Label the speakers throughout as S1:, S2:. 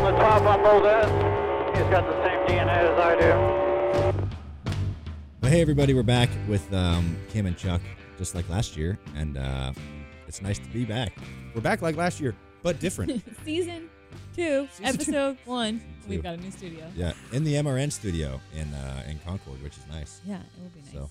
S1: combo that. He's got the same DNA as I do.
S2: Well, hey everybody, we're back with um, Kim and Chuck, just like last year, and uh, it's nice to be back. We're back like last year, but different.
S3: Season two,
S2: Season two.
S3: episode one.
S2: Season two.
S3: We've got a new studio.
S2: yeah, in the MRN studio in uh, in Concord, which is nice.
S3: Yeah, it will be nice.
S2: So a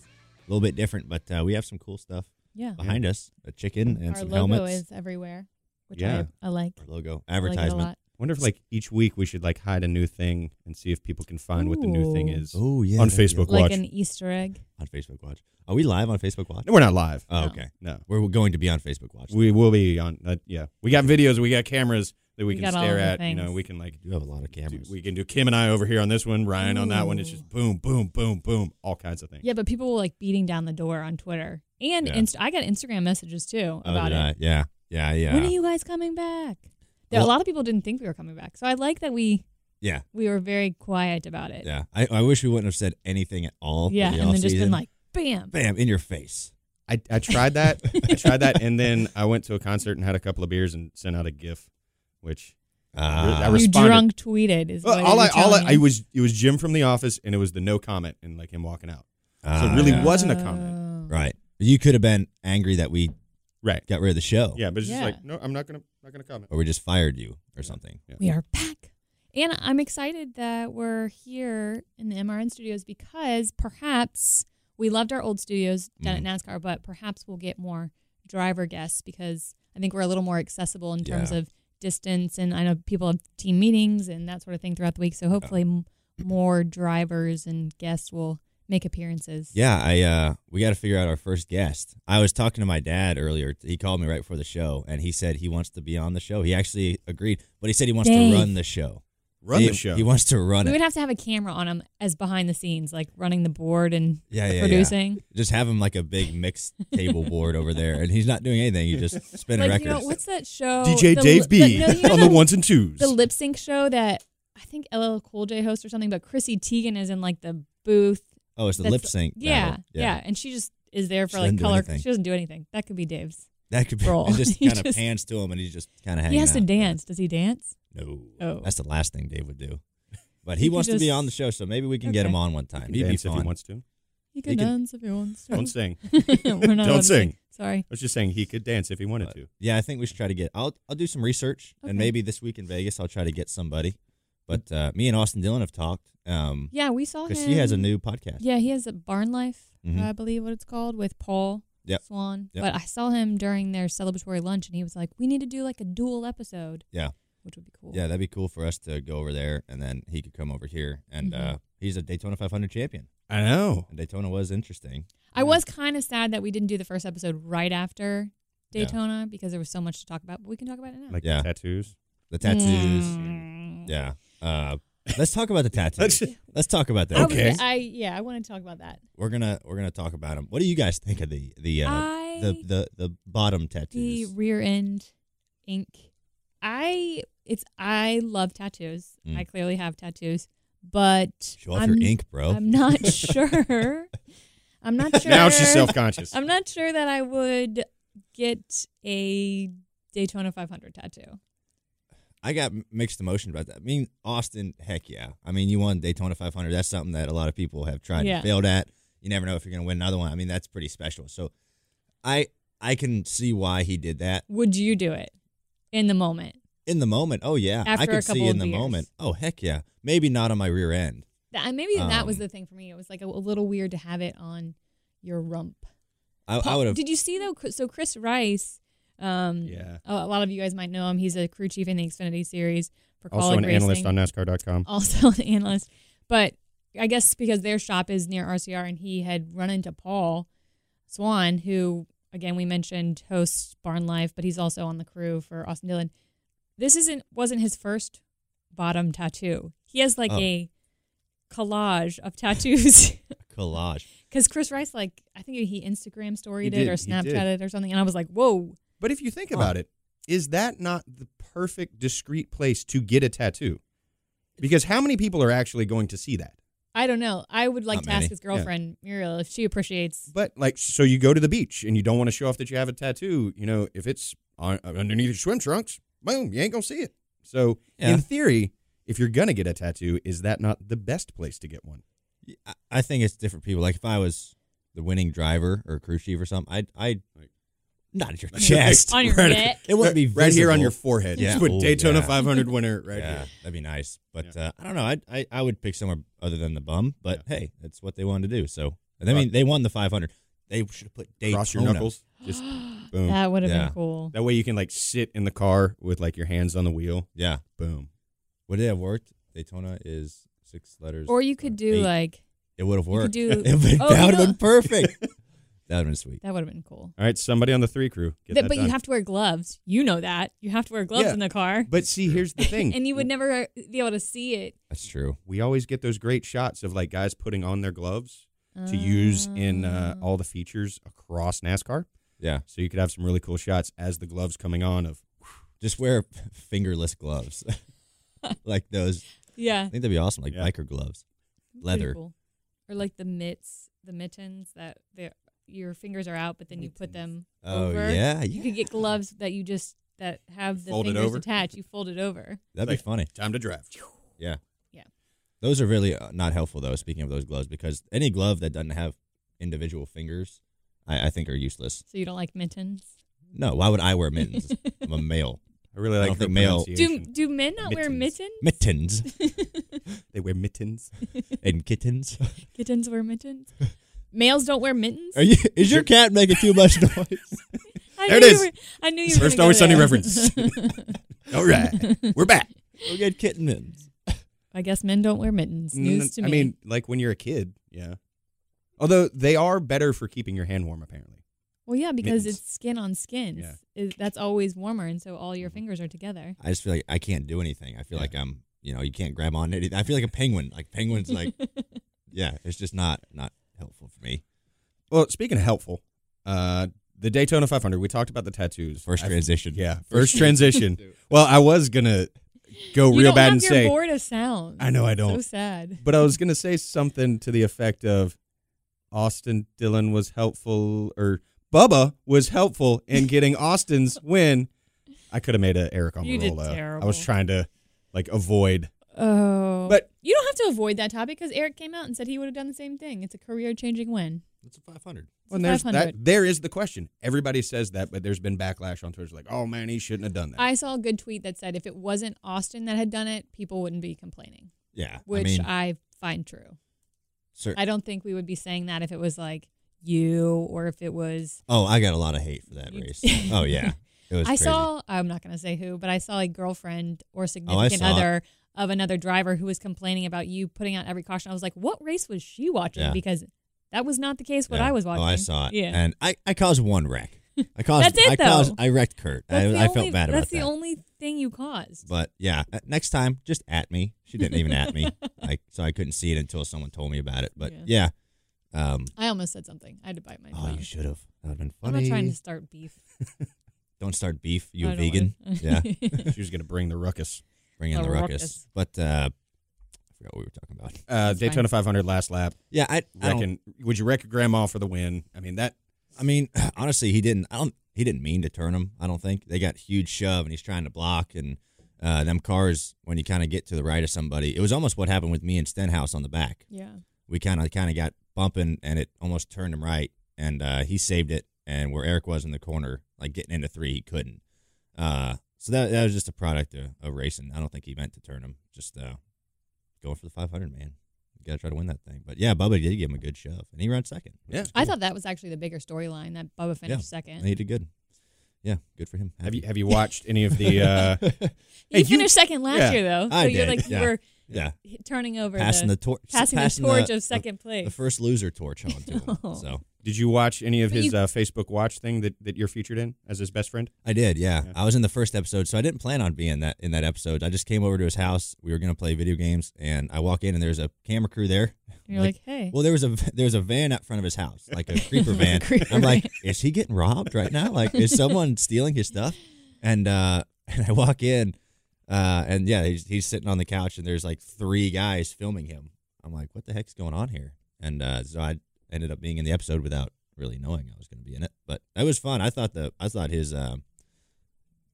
S2: little bit different, but uh, we have some cool stuff
S3: yeah.
S2: behind us: a chicken and
S3: Our
S2: some
S3: logo
S2: helmets.
S3: is everywhere, which
S4: Yeah.
S3: I, I like.
S2: Our logo
S3: I like it a
S2: advertisement.
S3: lot.
S4: wonder if like each week we should like hide a new thing and see if people can find what the new thing
S3: Ooh.
S4: is.
S2: oh yeah,
S4: On
S2: that'd be
S4: Facebook.
S2: awesome.
S3: Like
S4: Watch.
S3: an Easter egg.
S2: on Facebook Watch. Are we live on Facebook Watch?
S4: No, we're not live.
S2: Oh,
S3: No.
S2: okay,
S4: No,
S2: we're going to be on Facebook Watch.
S4: we will be on. Uh, yeah, we got videos. We got cameras that
S3: We
S4: we, can
S3: got all
S4: stare
S3: the
S4: at. You know,
S3: things.
S4: we can like
S2: do have a lot of
S4: do,
S2: cameras.
S4: we can do Kim and I over here on this one, Ryan on that one. It's
S3: Ooh.
S4: just boom, boom, boom, boom, all kinds of things.
S3: Yeah, but people were like beating down the door on Twitter. And
S4: Yeah.
S3: Inst- I got Instagram messages too
S2: oh,
S3: about
S2: did I?
S3: it.
S2: Yeah, yeah, yeah.
S3: When are you guys coming back? There,
S2: Well-
S3: a lot of people didn't think we were coming back. So I like that we
S2: Yeah.
S3: we were very quiet about it.
S2: yeah, I, I wish we wouldn't have said anything at all. for
S3: Yeah,
S2: the
S3: and then just
S2: off-season.
S3: been like, bam.
S2: bam in your face.
S4: I, I tried that. I tried that, and then I went to a concert and had a couple of beers and sent out a GIF, which
S2: Ah,
S4: I
S3: you
S4: responded.
S3: drunk tweeted is
S4: well,
S3: what
S4: all
S3: you
S4: I
S3: were
S4: all
S3: telling
S4: I,
S3: me.
S4: I was it was Jim from the office, and it was the no comment and like him walking out. So it
S2: Ah,
S4: really
S2: yeah.
S4: wasn't a comment.
S3: Oh.
S2: right. You could have been angry that we
S4: Right.
S2: got rid of the show,
S4: Yeah, but it's
S3: Yeah.
S4: just like no, I'm not gonna not gonna comment.
S2: or we just fired you or something.
S3: We are back. And I'm excited that we're here in the MRN studios because perhaps we loved our old studios down at
S2: Mm.
S3: NASCAR, but perhaps we'll get more driver guests because I think we're a little more accessible in terms
S2: Yeah.
S3: of distance. And I know people have team meetings and that sort of thing throughout the week. So hopefully, m- more drivers and guests will make appearances.
S2: Yeah, I uh, we got to figure out our first guest. I was talking to my dad earlier. He called me right before the show, and he said he wants to be on the show. He actually agreed, but he said he wants
S3: Dave.
S2: to run the show.
S4: Run
S2: he,
S4: the show.
S2: He wants to run
S3: We
S2: it.
S3: would have to have a camera on him as behind the scenes, like running the board and
S2: Yeah, yeah, yeah.
S3: producing.
S2: Just have him like a big mix table board over there, and he's not doing anything. He's just spinning
S3: Like, you know,
S2: records.
S3: what's that show?
S4: DJ
S3: Oh, The-
S4: Dave
S3: the-
S4: B
S3: no, you know
S4: on the ones and twos.
S3: the lip sync show that I think LL Cool J hosts or something, but Chrissy Teigen is in like the booth.
S2: oh, it's the
S3: That's-
S2: lip sync.
S3: Yeah,
S2: battle.
S3: yeah, and she just is there for
S2: She doesn't
S3: like
S2: do
S3: color.
S2: anything.
S3: She doesn't do anything. That could be Dave's.
S2: That could be.
S3: Roll.
S2: And just
S3: He
S2: kind of
S3: just-
S2: pans to him, and he's just kind of hanging.
S3: he has to
S2: out.
S3: dance. Does he dance?
S2: No.
S3: Oh.
S2: That's the last thing Dave would do. But
S3: He
S2: he
S3: could
S2: wants to be
S3: just-
S2: on the show, so maybe we can get
S3: Okay.
S2: him on one time.
S4: Can
S2: He'd be
S4: dance if he
S2: fun.
S4: wants to.
S3: He can
S2: He can-
S3: dance if he wants to.
S4: Don't sing. I
S3: We're not
S4: Don't
S3: allowed to
S4: sing.
S3: Sorry.
S4: was just saying he could dance if he wanted to.
S2: Yeah, I think we should try to get. I'll I'll do some research,
S3: Okay.
S2: and maybe this week in Vegas, I'll try to get somebody. But uh, me and Austin Dillon have talked um,
S3: Yeah, we saw him.
S2: because he has a new podcast.
S3: Yeah, he has a Barn Life,
S2: Mhm.
S3: I believe what it's called, with Paul
S2: Yep.
S3: Swan.
S2: Yep.
S3: But I saw him during their celebratory lunch, and he was like, "We need to do like a dual episode."
S2: Yeah.
S3: which would be cool.
S2: Yeah, that'd be cool for us to go over there, and then he could come over here. And
S3: Mhm.
S2: uh, he's a Daytona 500 champion,
S4: I know.
S2: and Daytona was interesting.
S3: I was kind of sad that we didn't do the first episode right after
S2: Yeah.
S3: Daytona because there was so much to talk about, but we can talk about it now.
S4: Like
S2: Yeah.
S4: tattoos.
S2: The tattoos.
S3: Mm.
S2: Yeah. Uh, let's talk about the tattoos. let's talk about that.
S3: I was-
S4: Okay.
S3: I, yeah, I want to talk about that.
S2: we're gonna we're gonna talk about them. What do you guys think of the the uh,
S3: I
S2: the, the the bottom
S3: the
S2: tattoos?
S3: rear end ink. I it's I love tattoos.
S2: Mm.
S3: I clearly have tattoos, but
S2: Show off
S3: I'm,
S2: your ink, bro.
S3: I'm not sure. I'm not sure.
S4: Now she's self conscious.
S3: I'm not sure that I would get a Daytona 500 tattoo.
S2: I got m- mixed emotions about that. I mean, Austin, heck yeah. I mean, you won Daytona 500. That's something that a lot of people have tried
S3: Yeah.
S2: and failed at. You never know if you're going to win another one. I mean, that's pretty special. So, I I can see why he did that
S3: Would you do it in the moment?
S2: in the moment. Oh yeah, I
S3: After
S2: could
S3: a couple
S2: see in
S3: of
S2: the
S3: beers.
S2: moment. Oh heck yeah. Maybe not on my rear end.
S3: That, and maybe that was
S2: Um,
S3: the thing for me. It was like a, a little weird to have it on your rump.
S2: I, I would have.
S3: Did you see though? Chris- So Chris Rice, um,
S4: Yeah.
S3: a a lot of you guys might know him. He's a crew chief in the Xfinity series for
S4: also
S3: Colin
S4: an analyst
S3: Racing.
S4: on NASCAR.com.
S3: also an analyst, but I guess because their shop is near RCR, and he had run into Paul Swan, who again we mentioned hosts Barn Life, but he's also on the crew for Austin Dillon. This isn't wasn't his first bottom tattoo. He has like
S2: Oh.
S3: a collage of tattoos.
S2: collage.
S3: Because Chris Rice, like, I think he Instagram storied
S4: He
S3: it
S4: did,
S3: or
S4: he did.
S3: Snapchatted it or something. And I was like, whoa.
S4: But if you think
S3: Oh.
S2: Huh.
S4: about it, is that not the perfect discreet place to get a tattoo? Because how many people are actually going to see that?
S3: I don't know. I would like
S2: Not
S3: to
S2: many.
S3: ask his girlfriend, Muriel, if she appreciates.
S4: But like, so you go to the beach and you don't want to show off that you have a tattoo. You know, if it's on, underneath your swim trunks, boom, you ain't gonna see it. So
S2: Yeah.
S4: in theory, if you're gonna get a tattoo, is that not the best place to get one?
S2: I- I think it's different people. Like if I was the winning driver or crew chief or something, I'd I'd not at your chest.
S3: On your
S4: Right.
S3: neck.
S2: It wouldn't be
S4: right here on your
S2: visible.
S4: forehead.
S2: Yeah.
S4: Just put
S2: Ooh,
S4: Daytona
S2: yeah.
S4: 500 winner right
S2: yeah,
S4: here.
S2: that'd be nice. But uh, I don't know. I, I I would pick somewhere other than the bum. But hey, that's what they wanted to do. So and I mean, they won the 500. They should have put Daytona.
S4: Cross your knuckles. Just boom.
S3: That would have
S2: Yeah.
S3: been cool.
S4: That way you can like sit in the car with like your hands on the wheel.
S2: Yeah,
S4: Boom.
S2: would it have worked? Daytona is six letters.
S3: Or you could do
S2: Eight.
S3: like
S2: it would have worked.
S3: do-
S2: it would,
S3: Oh,
S2: that would have
S3: no.
S2: been perfect. that would have been sweet.
S3: that would have been cool.
S4: All right, somebody on the three crew. Get
S3: Th-
S4: that
S3: but you
S4: done.
S3: have to wear gloves. You know that. You have to wear gloves
S4: Yeah.
S3: in the car.
S4: But see, here's the thing.
S3: And you would never be able to see it.
S2: That's true.
S4: we always get those great shots of like guys putting on their gloves to use in
S3: Ah. Mm.
S4: uh, all the features across NASCAR.
S2: Yeah,
S4: So you could have some really cool shots as the gloves coming on of
S2: just wear fingerless gloves, like those.
S3: Yeah.
S2: I think that'd be awesome, like
S4: Yeah.
S2: biker gloves.
S3: Pretty
S2: leather.
S3: cool. Or like the mitts, the mittens that they're- your fingers are out, but then you put them
S2: Oh
S3: over.
S2: yeah,
S3: You
S2: yeah.
S3: could get gloves that you just that have the
S4: Fold it
S3: fingers
S4: over.
S3: attached. You fold it over.
S2: That'd
S4: Like-
S2: be funny.
S4: time to drive.
S2: Yeah.
S3: Yeah.
S2: Those are really uh, not helpful though. Speaking of those gloves, because any glove that doesn't have individual fingers, I, I think are useless.
S3: So you don't like mittens.
S2: No, why would I wear mittens? I'm a male.
S4: I really
S2: I
S4: like
S2: don't
S4: the
S2: think male-
S3: Do do men not wear mittens?
S2: Mittens
S4: They wear mittens.
S2: and kittens.
S3: Kittens wear mittens. Males don't wear mittens.
S2: Are you, is your cat making too much noise?
S3: I
S4: There
S3: knew you
S4: it is.
S3: were- I knew you. were
S4: First
S3: gonna
S4: Always
S3: go
S4: Sunny
S3: there.
S4: reference. All right, we're back.
S2: We'll get kitten mittens.
S3: I guess men don't wear mittens. News to
S4: Mm,
S3: me.
S4: I mean, like when you're a kid, yeah. Although they are better for keeping your hand warm, apparently.
S3: well, yeah, because
S4: mittens.
S3: it's skin on skin.
S4: Yeah. Mm-hmm.
S3: It- that's always warmer, and so all your fingers are together.
S2: I just feel like I can't do anything. I feel like I'm, you know, you can't grab on to anything. I feel like a penguin. Like penguins, like, yeah, it's just not not helpful for me.
S4: Well, speaking of helpful, uh, the Daytona 500. We talked about the tattoos.
S2: First
S4: I-
S2: transition.
S4: yeah, first transition. well, I was gonna go
S3: you
S4: real
S3: don't
S4: bad
S3: have
S4: and
S3: your
S4: say,
S3: board of sound.
S4: I know I
S3: So
S4: don't,
S3: sad.
S4: but I was gonna say something to the effect of Austin Dillon was helpful, or Bubba was helpful in getting Austin's win. I could have made an Eric on
S3: You
S4: the
S3: did
S4: roll. though. I
S3: terrible.
S4: was trying to like avoid
S3: Oh,
S4: But-
S3: you don't have to avoid that topic because Eric came out and said he would have done the same thing. It's a career-changing win.
S2: It's a 500.
S4: Well, and there's that.
S3: 500.
S4: There is the question. Everybody says that, but there's been backlash on Twitter. Like, oh man, he shouldn't have done that.
S3: I saw a good tweet that said if it wasn't Austin that had done it, people wouldn't be complaining,
S2: Yeah.
S3: which I,
S2: I mean,
S3: find true.
S2: cer-
S3: I don't think we would be saying that if it was like you or if it was.
S2: oh, I got a lot of hate for that
S3: You-
S2: race. oh, yeah. It was
S3: I
S2: crazy. Oh,
S3: saw. I'm not going to say who, but I saw a girlfriend or
S2: I
S3: significant
S2: saw it.
S3: other of another driver who was complaining about you putting out every caution. I was like, what race was she watching?
S2: Yeah.
S3: Because that was not the case what
S2: Yeah.
S3: I was watching.
S2: Oh, I saw it.
S3: Yeah.
S2: And I, I caused one wreck. I caused.
S3: That's it,
S2: I caused.
S3: though.
S2: I wrecked Kurt. I,
S3: That's the
S2: I
S3: only-
S2: felt bad about
S3: That's the
S2: that.
S3: only thing you caused.
S2: but yeah, uh, next time just at me. She didn't even at me. Like so, I couldn't see it until someone told me about it. But yeah, um,
S3: I almost said something. I had to bite my
S2: oh,
S3: tongue.
S2: you should have. That would have been
S3: I'm
S2: funny.
S3: not trying to start beef.
S2: Don't start beef. You
S3: I
S2: a
S3: don't
S2: vegan?
S3: wanna-
S2: yeah,
S4: she was going to bring the ruckus.
S2: bring in
S3: A
S2: the
S3: ruckus.
S2: ruckus. But uh, I forgot what we were talking about.
S4: Uh,
S3: That's fine.
S4: Daytona 500 last lap.
S2: Yeah, I, I don't-
S4: Reckon, would you wreck your grandma for the win? I mean, that
S2: I mean, honestly, he didn't. I don't. He didn't mean to turn him. I don't think they got huge shove, and he's trying to block. And uh, them cars, when you kind of get to the right of somebody, it was almost what happened with me and Stenhouse on the back.
S3: yeah.
S2: We kind of kind of got bumping, and it almost turned him right, and uh, he saved it. And where Eric was in the corner, like getting into three, he couldn't. Uh, so that that was just a product of, of racing. I don't think he meant to turn him. Just uh, going for the 500, man. You gotta try to win that thing. But yeah, Bubba did give him a good shove, and he ran second. which
S4: Yeah.
S2: was
S3: I
S2: cool.
S3: thought that was actually the bigger storyline that Bubba finished second.
S2: And he did good. Yeah, good for him.
S4: have
S2: Happy.
S4: you have you watched any of the? Uh,
S3: He
S4: Hey, you-
S3: finished second last
S4: yeah,
S3: year though. So
S2: I
S3: you're
S2: did,
S3: like
S2: yeah.
S3: you were
S2: yeah,
S3: h- turning over
S2: passing the, torch,
S3: passing, the torch of second
S2: the,
S3: Oh. place.
S2: first loser torch on to him.
S3: No.
S2: So
S4: did you watch any of
S3: But
S4: his
S3: you-
S4: uh, Facebook watch thing that, that you're featured in as his best friend?
S2: I did. Yeah.
S4: Yeah.
S2: I was in the first episode, so I didn't plan on being that in that episode. I just came over to his house. We were gonna play video games, and I walk in, and there's a camera crew there.
S3: And you're like, hey.
S2: Well, there was a there was a van out front of his house, like a creeper van.
S3: Creeper
S2: I'm like, is he getting robbed right now? Like, is someone stealing his stuff? And uh, and I walk in, uh, and yeah, he's, he's sitting on the couch, and there's like three guys filming him. I'm like, what the heck's going on here? And uh, so I ended up being in the episode without really knowing I was going to be in it, but that was fun. I thought the I thought his um,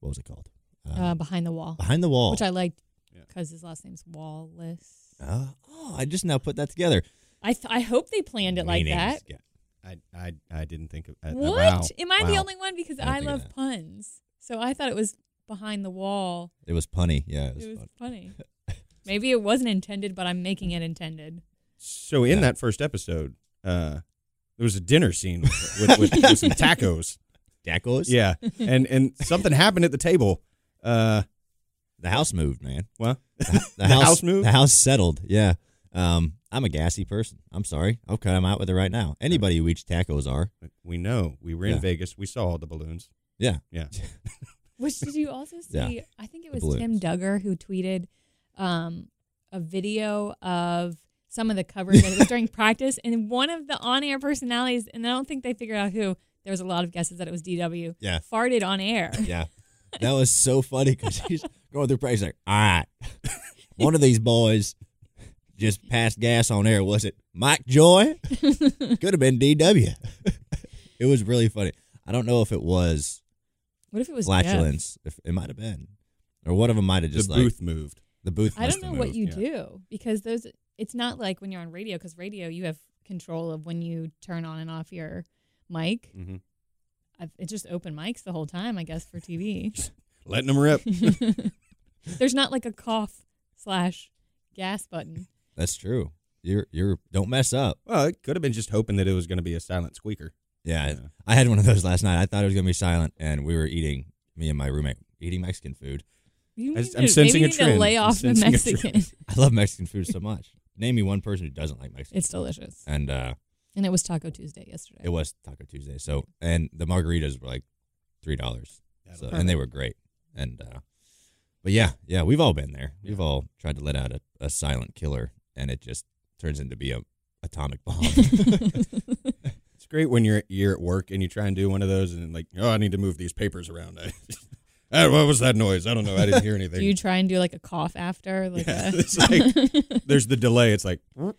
S2: what was it called? Um,
S3: uh, behind the wall.
S2: behind the wall.
S3: Which I liked
S4: Yeah.
S3: because his last name's Wallace.
S2: Uh, oh, I just now put that together.
S3: I th- I hope they planned it like
S2: Meanings.
S3: that.
S2: Yeah.
S4: I I I didn't think of
S2: Uh,
S4: I- I-
S3: What?
S4: wow.
S3: Am I the
S4: Wow.
S3: only one? Because
S2: I don't
S3: I,
S2: think of
S3: love
S2: that.
S3: puns, so I thought it was behind the wall.
S2: It was punny. Yeah, it was,
S3: It was
S2: fun.
S3: funny. Maybe it wasn't intended, but I'm making it intended.
S4: So in
S2: Yeah.
S4: that first episode, uh, there was a dinner scene with with, with, with some tacos.
S2: Dackles?
S4: Yeah, and and something happened at the table. Uh,
S2: The house moved, man.
S4: well,
S2: The
S4: house moved?
S2: The house settled. Yeah. Um, I'm a gassy person. I'm sorry. I'll cut him out with it right now. Anybody who eats tacos are.
S4: we know we were
S2: Yeah.
S4: in Vegas. We saw all the balloons.
S2: Yeah.
S4: Yeah,
S3: Which did you also see?
S2: Yeah.
S3: I think it
S2: The
S3: was Tim
S2: balloons.
S3: Duggar who tweeted um, a video of some of the covers that it was during practice, and one of the on-air personalities, and I don't think they figured out who. There was a lot of guesses that it was DW.
S2: Yeah.
S3: farted on air.
S2: Yeah. That was so funny because he's going through practice like, all right, one of these boys just passed gas on air. Was it Mike Joy? Could have been DW. it was really funny. I don't know if it was
S3: What if it was Jeff?
S2: flatulence. If it might have been, or one of them might have just
S4: the
S2: like
S4: booth moved.
S2: the booth.
S3: I
S2: must
S3: don't know
S2: have
S3: what
S2: moved.
S3: you
S4: yeah.
S3: do because those. It's not like when you're on radio because radio you have control of when you turn on and off your mic.
S4: Mm-hmm.
S3: I've, it's just open mics the whole time, I guess, for TV.
S4: Letting them rip.
S3: There's not like a cough slash gas button.
S2: That's true. You're you're don't mess up.
S4: Well, it could have been just hoping that it was going to be a silent squeaker.
S2: Yeah,
S4: Yeah.
S2: I had one of those last night. I thought it was gonna be silent, and we were eating me and my roommate eating Mexican food.
S3: You
S4: I-
S3: need
S4: I'm
S3: to,
S4: sensing
S3: maybe
S4: a
S3: you need
S4: trend.
S3: to lay
S4: I'm
S3: off the
S4: sensing a
S3: Mexican.
S4: trend.
S2: I love Mexican food so much. Name me one person who doesn't like Mexican.
S3: It's delicious,
S2: and uh,
S3: and it was Taco Tuesday yesterday.
S2: it was Taco Tuesday. So and the margaritas were like three dollars. So
S4: That'll-
S2: and they were great. And uh, but yeah, yeah, we've all been there. We've all tried to let out a, a silent killer, and it just turns into be a atomic bomb.
S4: It's great when you're you're at work and you try and do one of those and like, oh, I need to move these papers around. I, Ah, what was that noise? I don't know. I didn't hear anything.
S3: do you try and do like a cough after? Like
S4: Yeah,
S3: a,
S4: it's like- There's the delay. It's like, mm,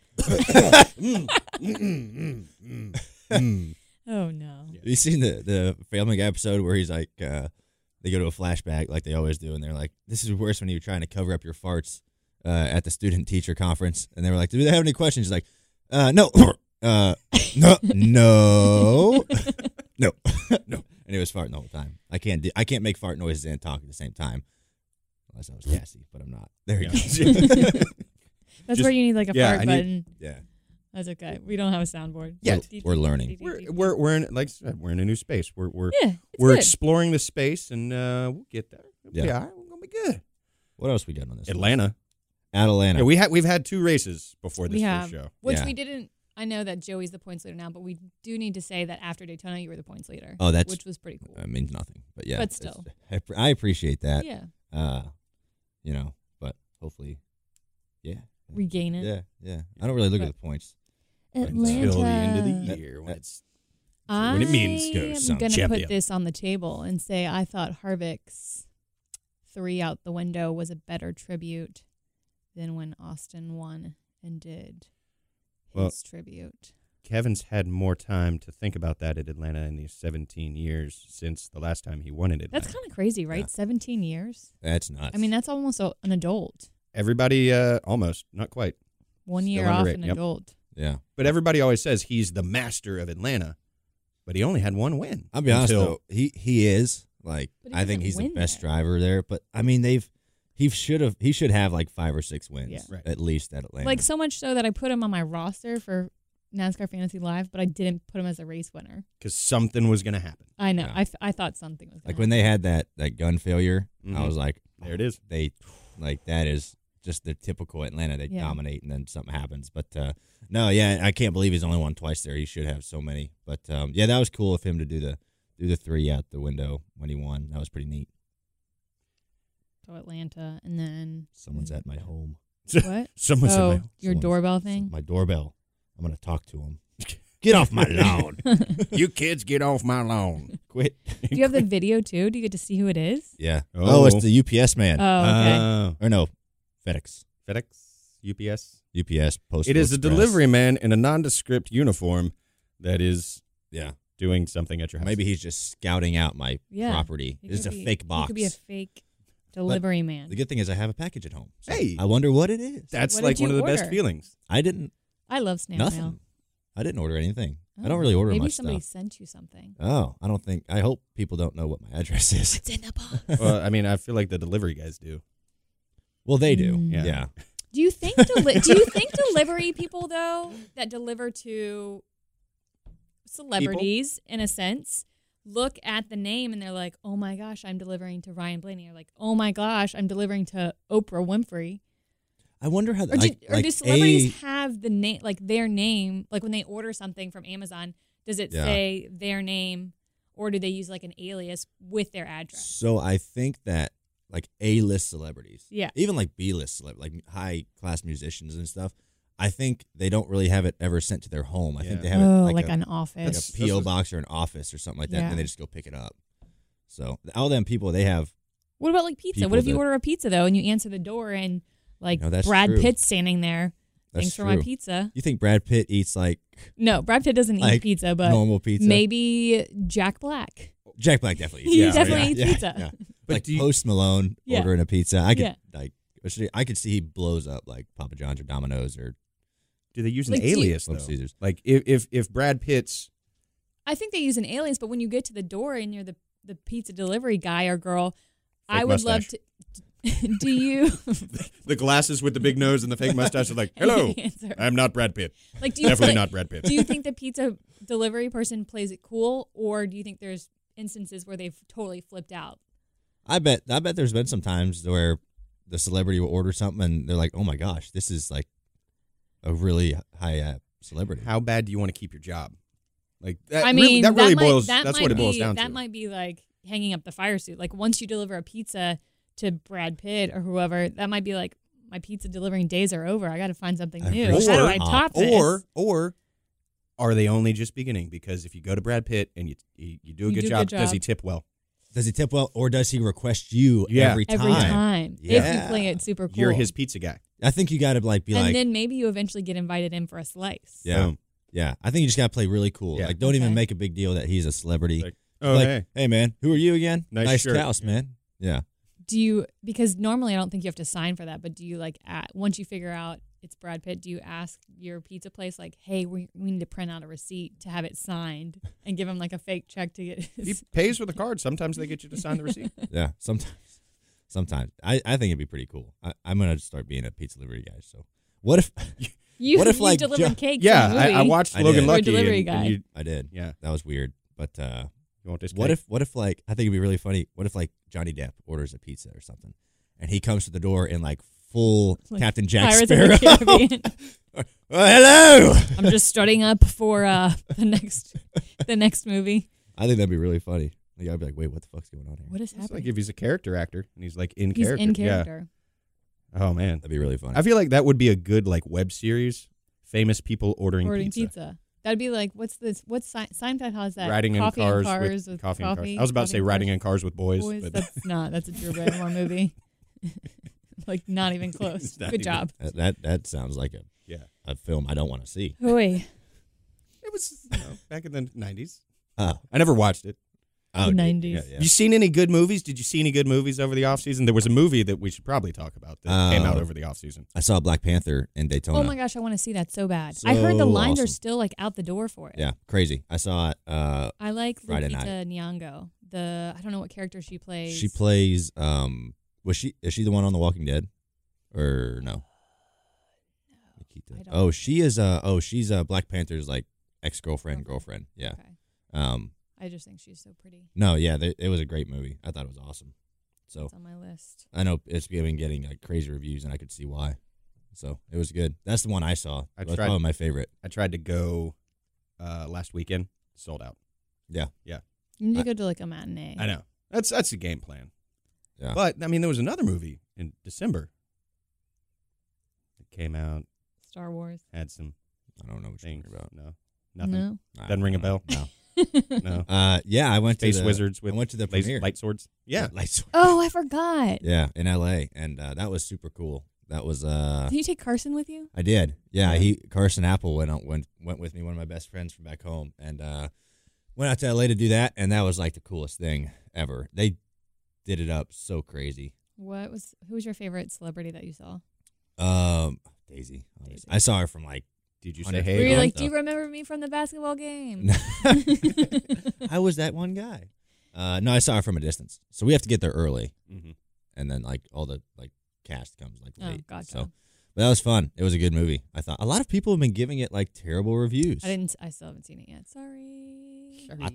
S4: mm, mm, mm, mm.
S3: oh no.
S2: Have you seen the the Family Guy episode where he's like, uh, they go to a flashback like they always do, and they're like, "This is worse when you're trying to cover up your farts uh, at the student teacher conference." And they were like, "Do they have any questions?" He's like, uh, "No, uh, no, no, no, no." And it was farting the whole time. I can't do, I can't make fart noises and talk at the same time. Unless I was gassy, but I'm not. There you
S4: Yeah.
S2: go.
S3: That's
S4: Just-
S3: where you need like a
S4: yeah,
S3: fart
S4: I need-
S3: button.
S2: yeah.
S3: That's okay. We don't have a soundboard.
S2: Yeah,
S3: Dee-
S2: we're
S3: dee-
S2: learning.
S3: dee- dee-
S4: We're,
S3: dee- dee.
S4: we're we're in like I said, we're in a new space. We're we're
S3: yeah, it's
S4: we're
S3: good.
S4: exploring the space and uh, we'll get there. We'll be
S2: Yeah.
S4: all right. We're gonna be good.
S2: What else we got on this?
S4: Atlanta.
S2: Atlanta.
S4: Yeah, we had we've had two races before this
S3: We have.
S4: first show.
S3: which
S2: yeah.
S3: we didn't. I know that Joey's the points leader now, but we do need to say that after Daytona, you were the points leader.
S2: Oh, that's-
S3: which was pretty cool.
S2: uh, means nothing, but yeah.
S3: But
S2: it's-
S3: still.
S2: I, appre- I appreciate that.
S3: yeah,
S2: uh, you know, but hopefully, yeah,
S3: regain it.
S2: yeah, yeah. I don't really look at the points.
S4: Until the end of
S2: Atlanta.
S4: the year when it's
S3: When
S4: it means go some
S3: I'm gonna
S4: champion.
S3: put this on the table and say I thought Harvick's three out the window was a better tribute than when Austin won and did his
S4: Well-
S3: tribute.
S4: Kevin's had more time to think about that at Atlanta in these 17 years since the last time he won in Atlanta.
S3: That's kind of crazy, right?
S2: Yeah.
S3: Seventeen years.
S2: That's nuts.
S3: I mean, that's almost a, an adult.
S4: everybody uh, almost, not quite,
S3: One
S4: Still
S3: year off
S4: underrated,
S3: an
S4: yep.
S3: adult.
S2: yeah.
S4: but everybody always says he's the master of Atlanta, but he only had one win.
S2: I'll be honest
S4: until-
S2: though, he he is like
S3: But he
S2: I think
S3: doesn't
S2: he's the
S3: win
S2: best
S3: there.
S2: driver there. But I mean, they've he should have he should have like five or six wins
S3: Yeah.
S4: Right.
S2: at least at Atlanta.
S3: Like so much so that I put him on my roster for NASCAR Fantasy Live, but I didn't put him as a race winner.
S4: because something was going to happen.
S3: I know.
S2: Yeah.
S3: I, f- I thought something was going
S2: like when they had that that gun failure, I
S4: Mhm.
S2: was like,
S4: There it is.
S2: They like that is just the typical Atlanta. They
S3: Yeah.
S2: dominate and then something happens. But uh, no, yeah, I can't believe he's only won twice there. He should have so many. But um, yeah, that was cool of him to do the do the three out the window when he won. That was pretty neat.
S3: to Atlanta, and then
S2: Someone's at my home.
S3: what?
S4: Someone's
S3: oh,
S4: in my
S3: your
S2: Someone's-
S3: doorbell thing.
S2: My doorbell. I'm gonna talk to him. Get off my lawn.
S4: You kids get off my lawn.
S2: Quit.
S3: Do you have the video too? Do you get to see who it is?
S2: Yeah. Oh,
S4: Oh.
S2: it's the UPS man.
S3: Oh, okay.
S4: Oh.
S2: or no, FedEx.
S4: FedEx, UPS.
S2: UPS post.
S4: It is a delivery man in a nondescript uniform that is
S2: Yeah.
S4: doing something at your house.
S2: Maybe he's just scouting out my
S3: Yeah.
S2: property.
S3: It
S2: It's
S3: could
S2: a
S3: be-
S2: fake box.
S3: It could be a fake delivery man.
S2: The good thing is I have a package at home. So
S4: Hey.
S2: I wonder what it is.
S4: That's
S3: What did
S4: like one
S3: you
S4: of the best
S3: order?
S4: feelings.
S2: I didn't
S3: I love snail
S2: nothing.
S3: mail.
S2: I didn't order anything. I
S3: Oh,
S2: don't really order
S3: Maybe
S2: much
S3: somebody
S2: stuff.
S3: sent you something.
S2: Oh, I don't think. I hope people don't know what my address is.
S3: It's in the box.
S4: well, I mean, I feel like the delivery guys do.
S2: Well, they do.
S3: Mm.
S4: Yeah.
S2: Yeah.
S3: Do you think deli- do you think delivery people though that deliver to celebrities in a sense look at the name and they're like, "Oh my gosh, I'm delivering to Ryan Blaney." Or like, "Oh my gosh, I'm delivering to Oprah Winfrey."
S2: I wonder how.
S3: Or do,
S2: like,
S3: or
S2: like
S3: do
S2: a-
S3: celebrities have the name like their name like when they order something from Amazon, does it
S2: Yeah.
S3: say their name or do they use like an alias with their address?
S2: So I think that like A list celebrities,
S3: Yeah.
S2: even like B list celeb, like high class musicians and stuff. I think they don't really have it ever sent to their home. I
S4: Yeah.
S2: think they have
S3: Oh,
S2: it
S3: like,
S2: like, a,
S3: an
S2: like
S3: office.
S2: a
S4: That's- this
S2: PO
S4: was-
S2: box or an office or something like that,
S3: Yeah.
S2: and they just go pick it up. So all them people, they have
S3: What about like pizza?
S2: people
S3: What if you
S2: that-
S3: order a pizza though and you answer the door and like
S2: No, that's
S3: Brad
S2: true.
S3: Pitt's standing there?
S2: that's
S3: Thanks
S2: true.
S3: for my pizza.
S2: You think Brad Pitt eats like
S3: No, Brad Pitt doesn't eat
S2: Like,
S3: pizza, but
S2: normal pizza?
S3: maybe Jack Black.
S2: Jack Black definitely. Eats
S3: He
S4: Yeah,
S2: pizza.
S3: definitely
S4: yeah,
S3: eats
S2: yeah,
S3: pizza.
S2: yeah.
S4: But
S2: like
S4: do you-
S2: Post Malone
S3: Yeah.
S2: ordering a pizza. I could
S3: Yeah.
S2: like I could see he blows up like Papa John's or Domino's or
S4: Do they use an
S3: Like, do you-
S4: alias
S2: Little
S4: though?
S2: Caesars.
S4: Like if if if Brad Pitt's
S3: I think they use an alias, but when you get to the door and you're the the pizza delivery guy or girl, I would
S4: mustache.
S3: love to. Do you?
S4: the glasses with the big nose and the fake mustache are like, "Hello,
S3: Answer.
S4: I'm not Brad Pitt.
S3: like, do you like,
S4: Definitely not Brad Pitt."
S3: do you think the pizza delivery person plays it cool, or do you think there's instances where they've totally flipped out?
S2: I bet I bet there's been some times where the celebrity will order something and they're like, "Oh my gosh, this is like a really high uh, celebrity."
S4: How bad do you want to keep your job? Like that.
S3: I
S4: really-
S3: mean,
S4: that really
S3: might,
S4: boils.
S3: That
S4: that's
S3: might
S4: what
S3: be,
S4: it boils down
S3: that
S4: to.
S3: might be like hanging up the fire suit. Like once you deliver a pizza to Brad Pitt or whoever, that might be like my pizza delivering days are over. I got to find something
S2: I
S3: new.
S2: really
S3: How do I
S2: should.
S3: top this?
S4: or or are they only just beginning? Because if you go to Brad Pitt and you you, you do a
S3: You
S4: good,
S3: do a
S4: job,
S3: good
S4: does he
S3: job.
S4: tip well?
S2: Does he tip well, or does he request you
S4: Yeah.
S2: every time?
S3: every time if you
S2: Yeah.
S3: play it super cool,
S4: You're his pizza guy.
S2: I think you got to like be
S3: and
S2: like,
S3: then maybe you eventually get invited in for a slice.
S2: yeah,
S4: Boom.
S2: yeah. I think you just got to play really cool.
S4: Yeah.
S2: Like, don't even
S3: Okay.
S2: make a big deal that he's a celebrity.
S4: Like,
S3: Oh,
S2: Just like, man, who are you again?
S4: Oh, Nice shirt."
S2: house, man. Yeah,
S3: Do you because normally I don't think you have to sign for that, but do you like at, once you figure out it's Brad Pitt, do you ask your pizza place like, "Hey, we, we need to print out a receipt to have it signed and give him like a fake check to get his
S4: He pays with a card. Sometimes they get you to sign the receipt.
S2: yeah. Sometimes, sometimes I, I think it'd be pretty cool. I, I'm gonna start being a pizza delivery guy. So, what if
S3: You,
S2: What if,
S3: you
S2: like,
S3: delivered
S2: ju-
S3: cake?
S4: yeah,
S3: to
S4: I, I
S3: Louis.
S4: watched
S2: I
S4: Logan
S2: did.
S4: Lucky.
S3: delivery
S4: and- and
S3: guy.
S4: you-
S2: I did?
S4: yeah,
S2: That was weird, but uh,
S4: you want this?
S2: What
S4: cake?
S2: if what if like I think it'd be really funny. What if like Johnny Depp orders a pizza or something, and he comes to the door in like full
S3: Like
S2: Captain Jack
S3: Pirates of
S2: Sparrow.
S3: the Caribbean.
S2: Oh, hello.
S3: I'm just starting up for uh, the next the next movie.
S2: I think that'd be really funny. Like I'd be like, wait, what the fuck's going on here?
S3: What is
S4: It's like
S3: happening?
S4: if he's a character actor and he's like in
S3: He's
S4: character.
S3: in character.
S4: Yeah. Oh man,
S2: That'd be really funny.
S4: I feel like that would be a good like web series. Famous people ordering,
S3: Ordering
S4: pizza.
S3: pizza. That'd be like what's this? What's Se- Seinfeld has that?
S4: Riding in
S3: coffee
S4: cars,
S3: and cars with,
S4: coffee, and
S3: coffee.
S4: cars. I was about to say riding in cars with boys,
S3: Boys,
S4: but
S3: that's not. That's a Drew Barrymore movie. like not even close.
S4: It's not
S3: Good
S4: even-
S3: job.
S2: that, that that sounds like a
S4: Yeah.
S2: a film I don't want to see.
S3: Hoy.
S4: it was you know, back in the nineties.
S2: Oh,
S4: I never watched it.
S2: oh, dude.
S3: 90s.
S2: Yeah, yeah.
S4: You seen any good movies? Did you see any good movies over the off season? There was a movie that we should probably talk about that came out
S2: Oh.
S4: over the off season.
S2: I saw Black Panther in Daytona.
S3: Oh my gosh, I want to see that so bad. I heard the
S2: So
S3: lines are
S2: awesome.
S3: still like out the door for it.
S2: Yeah, crazy. I saw it. Uh,
S3: I like
S2: Friday night.
S3: Lupita Nyong'o. The I don't know what character she plays.
S2: she plays. Um, was she is she the one on The Walking Dead, or no? Nikita.
S3: I don't-
S2: Oh, she is. Uh, oh, she's uh, Black Panther's like ex girlfriend, girlfriend. Yeah.
S3: Okay.
S2: Um.
S3: I just think she's so pretty.
S2: No. Yeah. They, it was a great movie. I thought it was awesome.
S4: Oh.
S2: So
S3: It's on my list.
S2: I know it's been getting like crazy reviews, and I could see why. So it was good. That's the one I saw.
S4: I
S2: That's
S4: tried-
S2: probably my favorite.
S4: I tried to go uh, last weekend, sold out.
S3: You need to
S2: I-
S3: go to like a matinee.
S4: I know that's that's the game plan.
S2: Yeah.
S4: But I mean, there was another movie in December. It came out,
S3: Star Wars.
S4: had some
S2: I don't know what you're
S4: things.
S2: talking about.
S4: No, nothing.
S3: No.
S2: I
S4: Doesn't ring a
S2: don't know.
S4: No,
S2: No. Uh. Yeah. I went
S4: Space
S2: to the,
S4: Wizards with
S2: I went to the
S4: las-
S2: premiere.
S4: light swords. Yeah,
S2: Lights.
S3: oh, I forgot.
S2: Yeah, in L.A. and uh, that was super cool. That was uh,
S3: Did you take Carson with you?
S2: I did. Yeah,
S4: Yeah.
S2: he Carson Apple went out went went with me, one of my best friends from back home, and uh, went out to L.A. to do that, and that was like the coolest thing ever. They did it up so crazy.
S3: What was who was your favorite celebrity that you saw?
S2: Um, Daisy. obviously.
S3: Daisy.
S2: I saw her from like.
S4: Did you
S2: Hunter
S4: say
S3: Were
S4: hey?
S3: you
S2: Dagon,
S3: like,
S2: though.
S3: do you remember me from the basketball game?
S2: I was that one guy. Uh, no, I saw her from a distance. So we have to get there early,
S4: Mhm.
S2: and then like all the like cast comes like
S3: oh,
S2: late.
S3: gotcha.
S2: So, but that was fun. It was a good movie. I thought a lot of people have been giving it like terrible reviews.
S3: I didn't. I still haven't seen it yet. Sorry.
S2: What?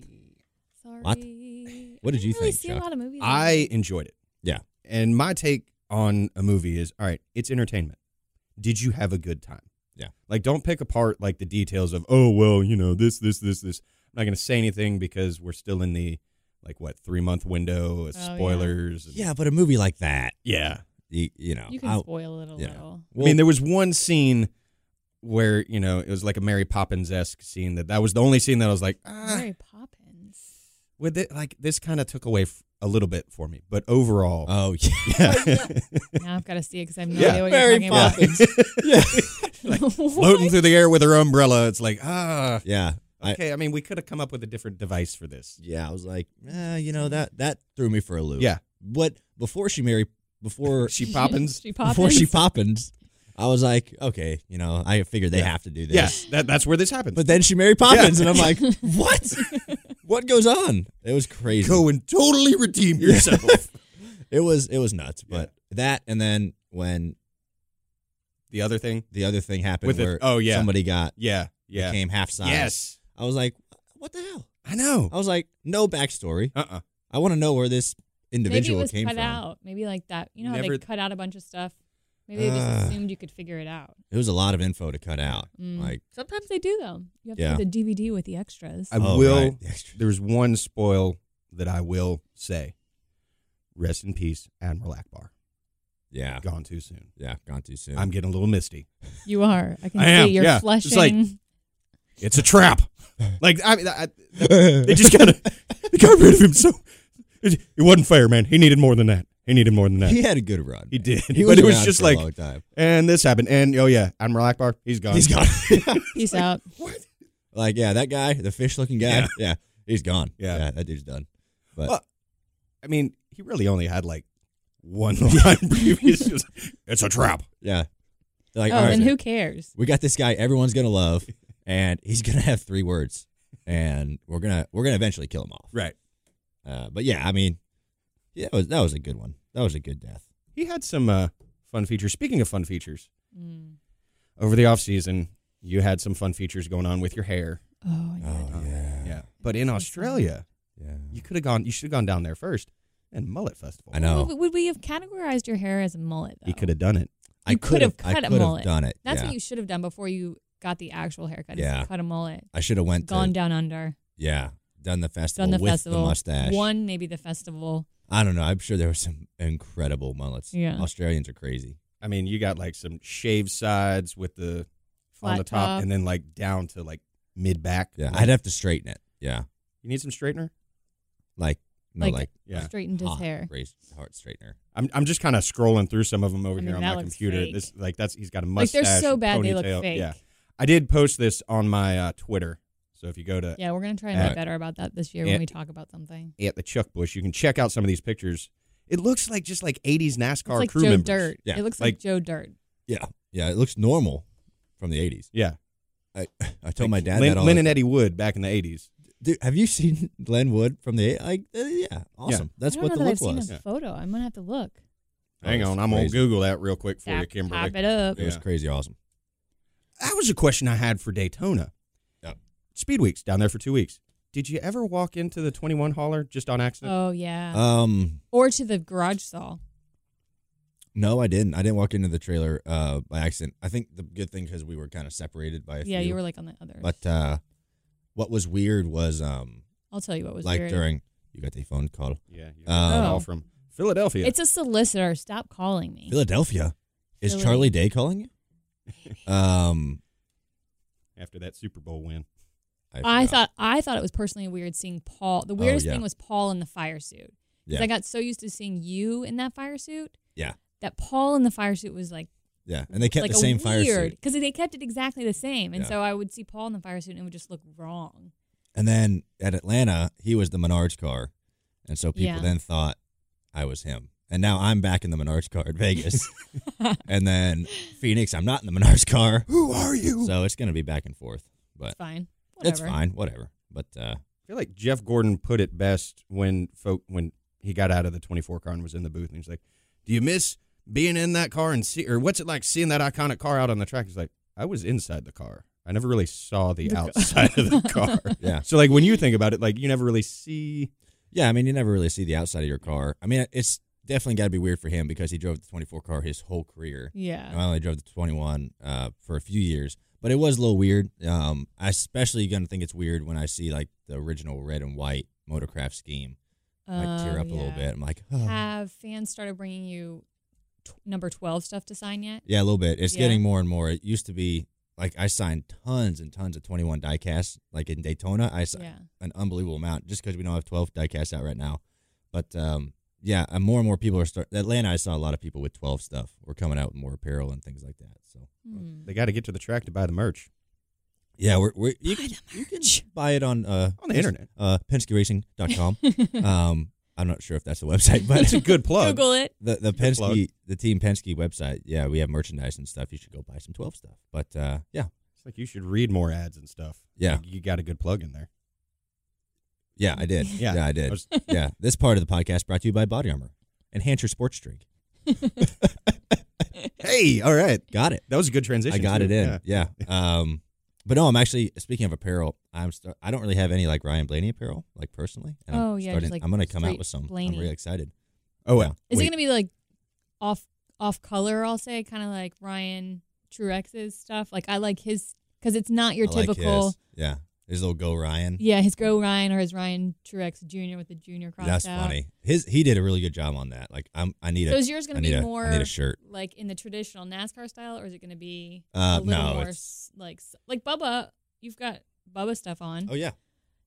S3: Sorry.
S2: What? What did
S3: I
S2: you
S3: didn't really
S2: think,
S3: See
S2: Chuck?
S3: a lot of movies.
S4: I enjoyed it.
S2: Yeah.
S4: And my take on a movie is all right, it's entertainment. Did you have a good time?
S2: Yeah.
S4: Like, don't pick apart like the details of, oh, well, you know, this, this, this, this. I'm not going to say anything because we're still in the, like, what, three month window of
S3: Oh, yeah.
S4: spoilers. and-
S2: Yeah, but a movie like that,
S4: Yeah.
S2: you, you know,
S3: You can
S2: I-
S3: spoil it a
S2: yeah.
S3: little.
S4: I mean, there was one scene where, you know, it was like a Mary Poppins esque scene that that was the only scene that I was like, ah,
S3: Mary Poppins.
S4: with it, like, this kind of took away f- a little bit for me. But overall,
S2: oh yeah,
S4: yeah.
S3: Now I've got to see it because I have no
S4: Yeah.
S3: idea what
S2: Mary
S3: you're
S2: Poppins.
S3: talking
S2: yeah,
S3: about.
S4: floating through the air with her umbrella. It's like, ah,
S2: yeah. I-
S4: okay. I, mean, we could have come up with a different device for this.
S2: yeah, I was like, eh, you know that that threw me for a loop.
S4: Yeah.
S2: What before she married before
S4: She poppins.
S3: she Poppins.
S2: before she poppins, I was like, okay, you know, I figured they
S4: Yeah.
S2: have to do this.
S4: yes, that, that's where this happens.
S2: But then she married Poppins,
S4: Yeah.
S2: and I'm like, what? what goes on? It was crazy.
S4: go and totally redeem yourself.
S2: It was it was nuts. But that, and then when
S4: the other thing,
S2: the other thing happened,
S4: With the-
S2: where
S4: oh, yeah.
S2: somebody got
S4: yeah, yeah,
S2: became half size.
S4: yes,
S2: I was like, what the hell?
S4: I know.
S2: I was like, no backstory.
S4: Uh uh
S2: I want to know where this
S3: Maybe it
S2: individual
S3: was
S2: came
S3: cut
S2: from.
S3: out. Maybe like that. You know how
S4: Never-
S3: they cut out a bunch of stuff. Maybe they just
S2: Ah.
S3: assumed you could figure it out.
S2: It was a lot of info to cut out.
S3: Mm.
S2: Like,
S3: Sometimes they do though. You have
S2: Yeah.
S3: to get the DVD with the extras.
S4: I
S2: oh,
S4: will.
S2: right. The extra-
S4: There's one spoil that I will say. Rest in peace, Admiral Akbar.
S2: Yeah,
S4: Gone too soon.
S2: yeah, gone too soon.
S4: I'm getting a little misty.
S3: you are. I can
S4: I
S3: see
S4: am,
S3: you're
S4: yeah.
S3: flushing.
S4: It's like- It's a trap. Like I, I They
S2: it
S4: just got they got rid of him. So it, it wasn't fair, man. He needed more than that. He needed more than that.
S2: he had a good run.
S4: He
S2: man.
S4: did,
S2: He
S4: but it was
S2: around
S4: just
S2: for a
S4: like-
S2: long time.
S4: and this happened. And oh yeah, Admiral Akbar, he's gone.
S2: He's gone.
S3: Peace out.
S2: like, yeah, that guy, the fish looking guy, yeah.
S4: Yeah.
S2: he's gone.
S4: Yeah.
S2: that dude's done. But
S4: Well, I mean, he really only had like one line previous. He was like, it's a trap.
S2: yeah, They're like,
S3: oh,
S2: all right,
S3: then who cares?
S2: we got this guy everyone's gonna love, and he's gonna have three words, and we're gonna we're gonna eventually kill him off.
S4: Right.
S2: Uh, but yeah, I mean, yeah, that was that was a good one. That was a good death.
S4: He had some uh, fun features. Speaking of fun features,
S3: Mm.
S4: over the off season, you had some fun features going on with your hair.
S3: Oh, I
S2: Oh
S3: did.
S2: yeah,
S4: Yeah, but in Australia,
S2: yeah.
S4: you could have gone. You should have gone down there first. And mullet festival.
S2: I know.
S3: Would, would we have categorized your hair as a mullet? Though?
S4: He could have done it.
S2: I
S3: You
S2: could have
S3: could've cut
S2: I
S3: a
S2: could have
S3: mullet.
S2: done it.
S3: That's
S2: yeah.
S3: what you should have done before you got the actual haircut.
S2: Yeah.
S3: Yeah. Cut a mullet.
S2: I should have went
S3: Gone
S2: to,
S3: down under.
S2: yeah, done the festival
S3: Done the
S2: with
S3: festival.
S2: the mustache.
S3: One, maybe the festival.
S2: I don't know. I'm sure there were some incredible mullets.
S3: Yeah.
S2: Australians are crazy.
S4: I mean, you got like some shaved sides with the on
S3: Flat
S4: the top,
S3: top.
S4: and then like down to like mid back.
S2: Yeah,
S4: Like,
S2: I'd have to straighten it. Yeah,
S4: you need some straightener.
S2: like no,
S3: Like,
S2: like,
S4: Yeah,
S3: Straightened his
S2: hot
S3: hair.
S2: raised heart straightener.
S4: I'm I'm just kind of scrolling through some of them over
S3: I
S4: here
S3: mean,
S4: on
S3: that
S4: my
S3: looks
S4: computer.
S3: fake.
S4: This like that's he's got a
S3: Like
S4: mustache.
S3: they're so bad they
S4: ponytail.
S3: look fake.
S4: Yeah, I did post this on my uh, Twitter. So if you go to
S3: Yeah, we're gonna try and
S4: Right.
S3: be better about that this year
S4: Yeah.
S3: when we talk about something.
S4: at the Chuck Bush, you can check out some of these pictures. It looks like just like 80s
S3: It's
S4: NASCAR
S3: like
S4: crew
S3: Joe
S4: members.
S3: Dirt.
S2: Yeah,
S3: It looks like,
S4: like-
S3: Joe Dirt.
S2: Yeah, yeah. It looks normal from the '80s.
S4: Yeah,
S2: I I told my dad
S4: Lynn,
S2: that all.
S4: Lynn
S2: the
S4: and Eddie Wood back in the 80s.
S2: Dude, have you seen Glenn Wood from the like? uh, yeah, awesome. That's
S3: I don't
S2: what
S3: know
S2: the
S3: that
S2: look
S3: I've seen
S2: was.
S3: a
S4: Yeah.
S3: photo. I'm gonna have to look.
S2: Oh,
S4: Hang
S2: that's
S4: on, I'm gonna
S2: crazy.
S4: Google that real quick for you,
S3: Tap,
S4: Kimberly.
S3: top it up.
S2: It was
S4: Yeah.
S2: crazy awesome.
S4: That was a question I had for Daytona.
S2: Yeah.
S4: Speed Weeks down there for two weeks. Did you ever walk into the 21 hauler just on accident?
S3: Oh yeah.
S2: Um,
S3: or to the garage stall.
S2: no, I didn't. I didn't walk into the trailer uh by accident. I think the good thing because we were kind of separated by a
S3: Yeah,
S2: few.
S3: you were like on the other.
S2: But uh, what was weird was um
S3: I'll tell you what was
S2: like
S3: weird.
S2: during you got the phone call
S4: yeah, you
S2: Um,
S4: got a
S3: Oh.
S4: call from Philadelphia.
S3: It's a solicitor. Stop calling me.
S2: Philadelphia. Is
S3: Philly.
S2: Charlie Day calling you? um,
S4: after that Super Bowl win.
S3: I
S2: forgot. Oh,
S3: thought I thought it was personally weird seeing Paul. The weirdest
S2: yeah.
S3: thing was Paul in the fire suit. Because
S2: Yeah.
S3: I got so used to seeing you in that fire suit.
S2: Yeah.
S3: That Paul in the fire suit was like
S2: yeah, and they kept
S3: like
S2: the same
S3: a
S2: fire
S3: weird
S2: suit.
S3: because they kept it exactly the same, and
S2: Yeah.
S3: so I would see Paul in the fire suit and it would just look wrong.
S2: And then at Atlanta, he was the Menards car, and so people
S3: Yeah.
S2: then thought I was him. and now I'm back in the Menards car at Vegas, and then Phoenix, I'm not in the Menards car,
S4: Who are you?
S2: so it's gonna be back and forth. But
S3: It's fine. Whatever.
S2: it's fine, whatever. But uh,
S4: I feel like Jeff Gordon put it best when folk when he got out of the 24 car and was in the booth and he's like, "Do you miss being in that car and see or what's it like seeing that iconic car out on the track?" He's like, "I was inside the car. I never really saw the outside of the car."
S2: Yeah.
S4: So like when you think about it, like you never really see
S2: yeah, I mean, you never really see the outside of your car. I mean, it's definitely got to be weird for him because he drove the 24 car his whole career.
S3: Yeah.
S2: I only drove the 21 uh, for a few years, but it was a little weird. Um, I especially gonna think it's weird when I see like the original red and white motorcraft scheme. I like, tear
S3: Oh,
S2: up a little
S3: yeah.
S2: bit. I'm like, oh.
S3: Have fans started bringing you t- number 12 stuff to sign yet?
S2: yeah, a little bit. It's
S3: Yeah.
S2: getting more and more. It used to be like I signed tons and tons of 21 diecasts. Like in Daytona, I signed
S3: Yeah.
S2: an unbelievable amount just because we don't have 12 diecasts out right now. But um, yeah, uh, more and more people are starting. Atlanta, I saw a lot of people with 12 stuff. We're coming out with more apparel and things like that. So
S3: Hmm.
S4: they got to get to the track to buy the merch
S2: yeah, we're, we're you,
S3: Buy
S2: can-
S3: the
S2: you can
S3: merch.
S2: buy it on uh,
S4: on the internet.
S2: uh, PenskeRacing.com. um, I'm not sure if that's the website, but
S4: That's a good plug.
S3: Google it.
S2: the the
S4: Good plug.
S2: Penske, the team Penske website. Yeah, we have merchandise and stuff. You should go buy some 12 stuff. But uh, yeah,
S4: It's like you should read more ads and stuff.
S2: Yeah.
S4: Like, you got a good plug in there.
S2: yeah, I did.
S4: Yeah.
S2: Yeah, I did.
S4: I was-
S2: yeah, this part of the podcast brought to you by Body Armor. Enhance your sports drink.
S4: Hey, all right.
S2: Got it.
S4: That was a good transition.
S2: I got
S4: too.
S2: it in. Yeah. Um, but no, I'm actually speaking of apparel. I'm start, I don't really have any like Ryan Blaney apparel, like personally. And
S3: Oh,
S2: I'm
S3: yeah, just, like,
S2: I'm gonna come out
S3: straight
S2: with some.
S3: Blaney.
S2: I'm really excited.
S4: Oh,
S2: Yeah.
S4: well.
S3: Is
S4: Wait.
S3: it gonna be like off off color? I'll say kind of like Ryan Truex's stuff. Like I like his because it's not your
S2: I like
S3: typical.
S2: his. Yeah, his little go Ryan.
S3: yeah, his Go Ryan or his Ryan Truex Jr. with the junior crossed
S2: That's
S3: out.
S2: funny. His he did a really good job on that. Like I'm, I need
S3: So
S2: a,
S3: is yours
S2: I
S3: gonna
S2: need
S3: be
S2: a,
S3: more
S2: I need a shirt.
S3: like in the traditional NASCAR style, or is it gonna be
S2: Uh,
S3: a little
S2: no,
S3: more
S2: it's-
S3: s- like s- like Bubba? You've got Bubba stuff on.
S2: Oh yeah,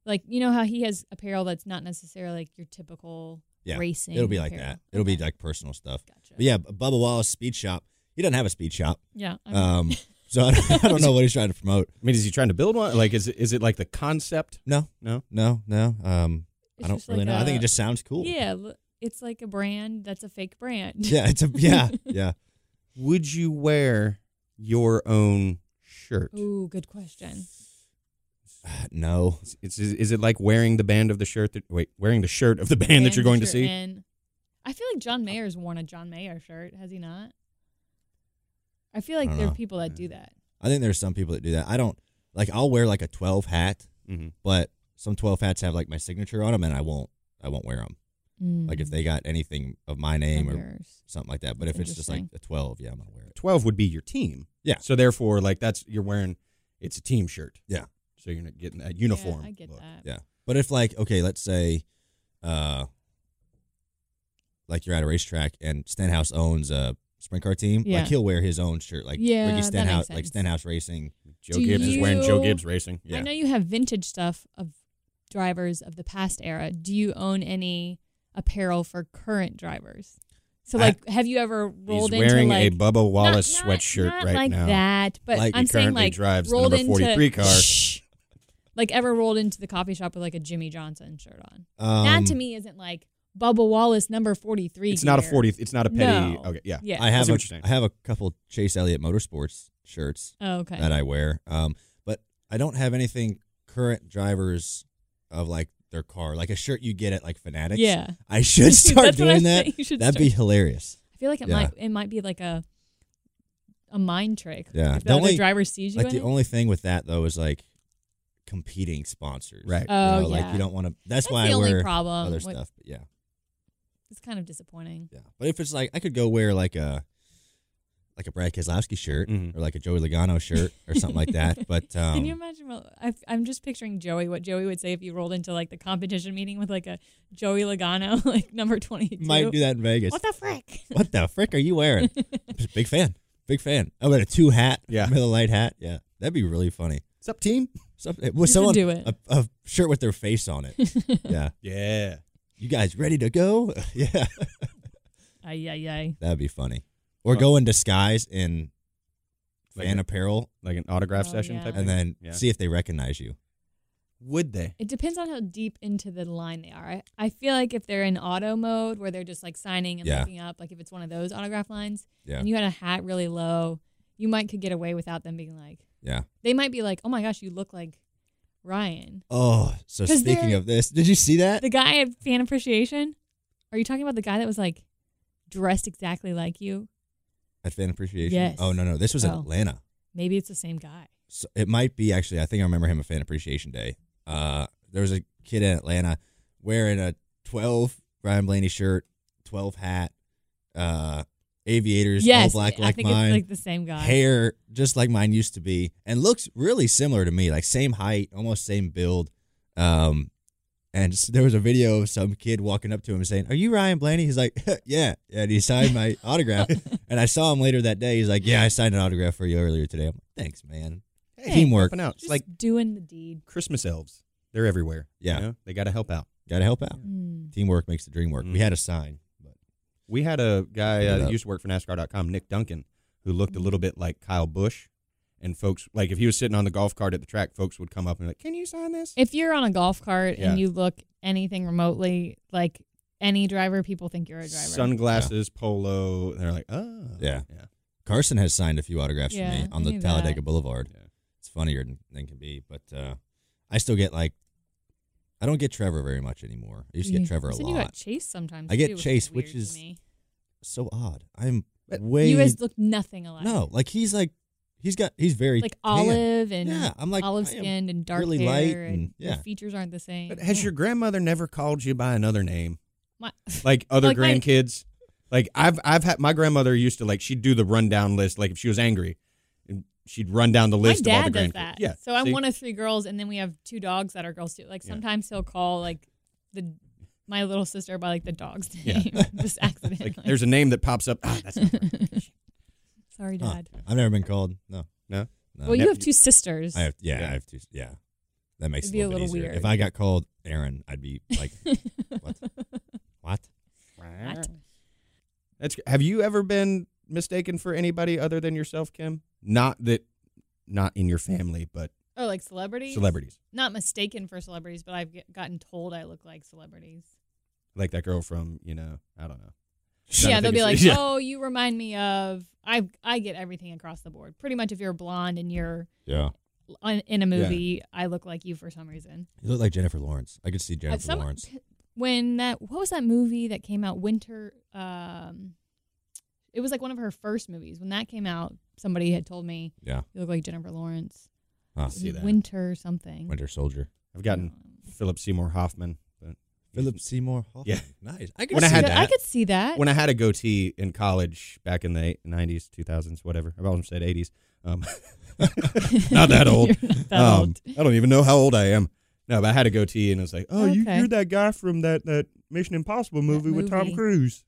S3: Like you know how he has apparel that's not necessarily like your typical
S2: Yeah,
S3: racing.
S2: it'll be like
S3: apparel.
S2: that. It'll be
S3: Okay,
S2: like personal stuff.
S3: Gotcha.
S2: But yeah, B- Bubba Wallace Speed Shop. He doesn't have a speed shop.
S3: Yeah. I mean,
S2: Um, so I don't, I don't know what he's trying to promote.
S4: I mean, is he trying to build one? Like, is it, is it like the concept?
S2: No,
S4: No?
S2: no, no. Um,
S3: it's
S2: I don't
S3: just
S2: really
S3: like
S2: know. I think
S3: a-
S2: it just sounds cool.
S3: Yeah, l- it's like a brand that's a fake brand.
S2: yeah, it's a yeah, yeah.
S4: Would you wear your own shirt?
S3: Ooh, good question.
S2: No,
S4: It's, it's- is, it like wearing the band of the shirt that wait, wearing the shirt of the band, that you're going to
S3: shirt
S4: see?
S3: and- I feel like John Mayer's worn a John Mayer shirt, has he not? I feel like
S2: don't
S3: there are
S2: know. Mm.
S3: people that do that.
S2: I think there's some people that do that. I don't like. I'll wear like a 12 hat,
S4: Mhm.
S2: but some 12 hats have like my signature on them, and I won't. I won't wear them. Like
S3: Mm.
S2: if they got anything of my name or something like that. But
S3: That's
S2: if it's just like
S3: interesting.
S2: a 12, yeah, I'm gonna wear it.
S4: 12 would be your team.
S2: Yeah.
S4: So therefore, like that's you're wearing it's a team shirt.
S2: Yeah.
S4: So you're not getting that uniform.
S3: I get
S4: look.
S3: that.
S2: Yeah. But if like okay, let's say, uh, like you're at a racetrack and Stenhouse owns a sprint car team,
S3: Yeah.
S2: like he'll wear his own shirt, like
S3: Yeah, that
S2: Ricky
S3: makes
S2: Stenhouse, like
S3: sense.
S2: Stenhouse Racing.
S4: Joe
S3: Do
S4: Gibbs is wearing Joe
S3: you-
S4: Gibbs Racing.
S2: Yeah.
S3: I know you have vintage stuff of drivers of the past era. Do you own any apparel for current drivers? So
S4: I-
S3: like, have you ever rolled
S4: He's wearing
S3: into like
S4: a Bubba Wallace
S3: Not- not-
S4: sweatshirt
S3: not
S4: right
S3: like
S4: now.
S3: that, but
S2: Like
S3: I'm
S4: he
S3: saying
S4: currently
S3: like
S4: drives the
S3: rolled
S4: number
S3: into-
S4: 43 car.
S3: Shh. like ever rolled into the coffee shop with like a Jimmy Johnson shirt on.
S2: Um,
S3: that to me isn't like Bubba Wallace number 43.
S4: It's not a
S3: gear.
S4: 40 it's not a petty.
S3: No.
S4: Okay, yeah.
S3: Yeah.
S2: I have
S4: see
S2: a,
S4: what you're saying.
S2: I have a couple Chase Elliott Motorsports shirts
S3: oh, okay.
S2: that I wear. Um, but I don't have anything current drivers of like their car, like a shirt you get at like Fanatics.
S3: yeah.
S2: I should start
S3: That's what I
S2: doing that.
S3: think you should
S2: That'd
S3: start-
S2: be hilarious.
S3: I feel like it
S2: yeah.
S3: might it might be like a a mind trick.
S2: Yeah.
S3: If
S2: The
S3: the other
S2: only-
S3: driver sees you
S2: Like
S3: in
S2: the
S3: it.
S2: only thing with that though is like competing sponsors,
S4: Right.
S2: You know,
S3: oh yeah.
S2: Like you don't want to. That's,
S3: That's
S2: why
S3: the
S2: I
S3: only
S2: wear
S3: problem.
S2: other
S3: with-
S2: stuff. But yeah,
S3: It's kind of disappointing.
S2: yeah. But if it's like I could go wear like a like a Brad Keselowski shirt
S4: Mhm.
S2: or like a Joey Logano shirt or something like that. But um,
S3: Can you imagine? What, I, I'm just picturing Joey. What Joey would say if you rolled into like the competition meeting with like a Joey Logano, like number 22.
S2: might do that in Vegas.
S3: What the frick?
S2: what the frick are you wearing? Big fan. Big fan. I wear a two hat.
S4: Yeah.
S2: Miller Light hat. Yeah. That'd be really funny.
S4: What's up, team?
S2: Some, eh, well,
S3: should
S2: someone
S3: do it.
S2: A, a shirt with their face on it. yeah.
S4: Yeah.
S2: You guys ready to go? yeah.
S3: Ay ay ay.
S2: That'd be funny. Or
S4: Well-
S2: go in disguise in
S4: Like
S2: fan
S4: a-
S2: apparel
S4: Like an autograph
S3: Oh,
S4: session
S3: yeah.
S4: type
S2: and then
S4: thing. Yeah.
S2: see if they recognize you.
S4: Would they?
S3: It depends on how deep into the line they are. I, I feel like if they're in auto mode where they're just like signing and
S2: Yeah.
S3: looking up, like if it's one of those autograph lines,
S2: Yeah.
S3: and you had a hat really low, you might could get away without them being like,
S2: Yeah.
S3: they might be like, oh my gosh, you look like Ryan.
S2: Oh, so
S3: 'Cause
S2: speaking
S3: they're-
S2: of this, did you see that?
S3: The guy at fan appreciation, are you talking about the guy that was like dressed exactly like you?
S2: At fan appreciation.
S3: Yes.
S2: Oh no no, this was in
S3: Oh.
S2: Atlanta.
S3: Maybe it's the same guy.
S2: So it might be actually. I think I remember him at fan appreciation day. Uh, there was a kid in Atlanta wearing a twelve Brian Blaney shirt, twelve hat, uh, aviators,
S3: yes,
S2: all black
S3: I
S2: like
S3: think
S2: mine.
S3: it's like the same guy.
S2: hair just like mine used to be and looks really similar to me like same height almost same build um and s- there was a video of some kid walking up to him and saying are you ryan blaney he's like yeah and he signed my autograph and i saw him later that day he's like yeah i signed an autograph for you earlier today i'm like thanks man
S4: Hey,
S2: Teamwork.
S4: helping out. It's
S3: Just
S4: like
S3: doing the deed.
S4: Christmas elves. They're everywhere. you
S2: Yeah.
S4: know? They got to help out.
S2: gotta help out
S3: Mm.
S2: teamwork makes the dream work we
S4: Mhm.
S2: had a sign but
S4: We had a guy
S2: Look it
S4: uh, that
S2: up.
S4: used to work for NASCAR.com, Nick Duncan, who looked a little bit like Kyle Busch. And folks, like if he was sitting on the golf cart at the track, folks would come up and be like, "Can you sign this?"
S3: If you're on a golf cart
S4: Yeah.
S3: and you look anything remotely like any driver, people think you're a driver.
S4: Sunglasses, polo. And they're like, "Oh,
S2: Yeah.
S4: yeah."
S2: carson has signed a few autographs
S3: Yeah,
S2: for me on
S3: I
S2: the
S3: knew
S2: talladega
S3: that.
S2: boulevard
S4: Yeah.
S2: it's funnier than, than can be but uh i still get like i don't get trevor very much anymore i used to get
S3: You-
S2: trevor
S3: Mm-hmm. you
S2: a
S3: said
S2: lot
S3: You got Chase sometimes.
S2: I get
S3: too, which
S2: Chase,
S3: is
S2: which
S3: weird to
S2: is
S3: me.
S2: so odd. I'm
S4: But
S2: way
S3: you guys look nothing alike.
S2: no, like he's like he's got he's very
S3: like
S2: tan.
S3: olive and
S2: yeah. I'm like
S3: olive
S2: I am-
S3: skinned and dark
S2: really
S3: hair,
S2: light
S3: and,
S2: and-
S3: your
S2: yeah.
S3: features aren't the same.
S4: But has
S3: Yeah.
S4: your grandmother never called you by another name?
S3: My-
S4: like other
S3: Like my-
S4: grandkids. like I've I've had my grandmother used to like she'd do the rundown list. Like if she was angry, and she'd run down the
S3: my
S4: list. of all
S3: dad
S4: the
S3: does
S4: grandkids.
S3: that.
S4: Yeah.
S3: So I'm
S4: see?
S3: one of three girls, and then we have two dogs that are girls too. Like
S4: Yeah.
S3: sometimes he'll call like the my little sister by like the dog's
S4: Yeah.
S3: name, just accidentally.
S4: Like there's a name that pops up. Ah, that's not her.
S3: Sorry,
S2: Huh.
S3: Dad.
S2: I've never been called. No,
S4: No?
S2: no.
S3: well, you
S4: Nep-
S3: have two sisters.
S2: I have yeah,
S4: Yeah.
S2: I have two. Yeah, that makes
S3: It'd
S2: it
S3: be
S2: a little, bit easier.
S3: weird.
S2: If I got called Aaron, I'd be like, what? What?
S3: What?
S4: That's have you ever been mistaken for anybody other than yourself, Kim? Not that, not in your family, but
S3: Oh, like celebrities?
S4: celebrities.
S3: Not mistaken for celebrities, but I've get, gotten told I look like celebrities.
S4: Like that girl from you know I don't know. Trying to
S3: Yeah,
S4: think
S3: they'll
S4: of-
S3: be like,
S4: yeah.
S3: "Oh, you remind me of." I I get everything across the board. Pretty much, if you're blonde and you're
S2: Yeah,
S3: on- in a movie, I look like you for some reason. Uh,
S2: you look like Jennifer Lawrence. I could see Jennifer
S3: some-
S2: Lawrence.
S3: When that what was that movie that came out? Winter. Um, it was like one of her first movies. When that came out, somebody had told me,
S2: Yeah.
S3: you look like Jennifer Lawrence."
S2: Huh.
S3: It was
S4: See that.
S3: Winter something.
S2: Winter Soldier.
S4: I've gotten Philip Seymour Hoffman, but
S2: Philip Seymour Hoffman.
S4: Yeah.
S2: nice. I could
S4: When I
S2: see
S4: had
S3: that, I
S4: that-
S3: could see that.
S4: when I had a goatee in college back in the eight- 90s, 2000s, whatever. I've almost said 80s. Um, not that old.
S3: You're not that
S4: Um,
S3: old.
S4: I don't even know how old I am. No, but I had a goatee and it was like, oh, you,
S3: Okay.
S4: you're that guy from that, that Mission Impossible movie, with Tom
S3: movie.
S4: Cruise.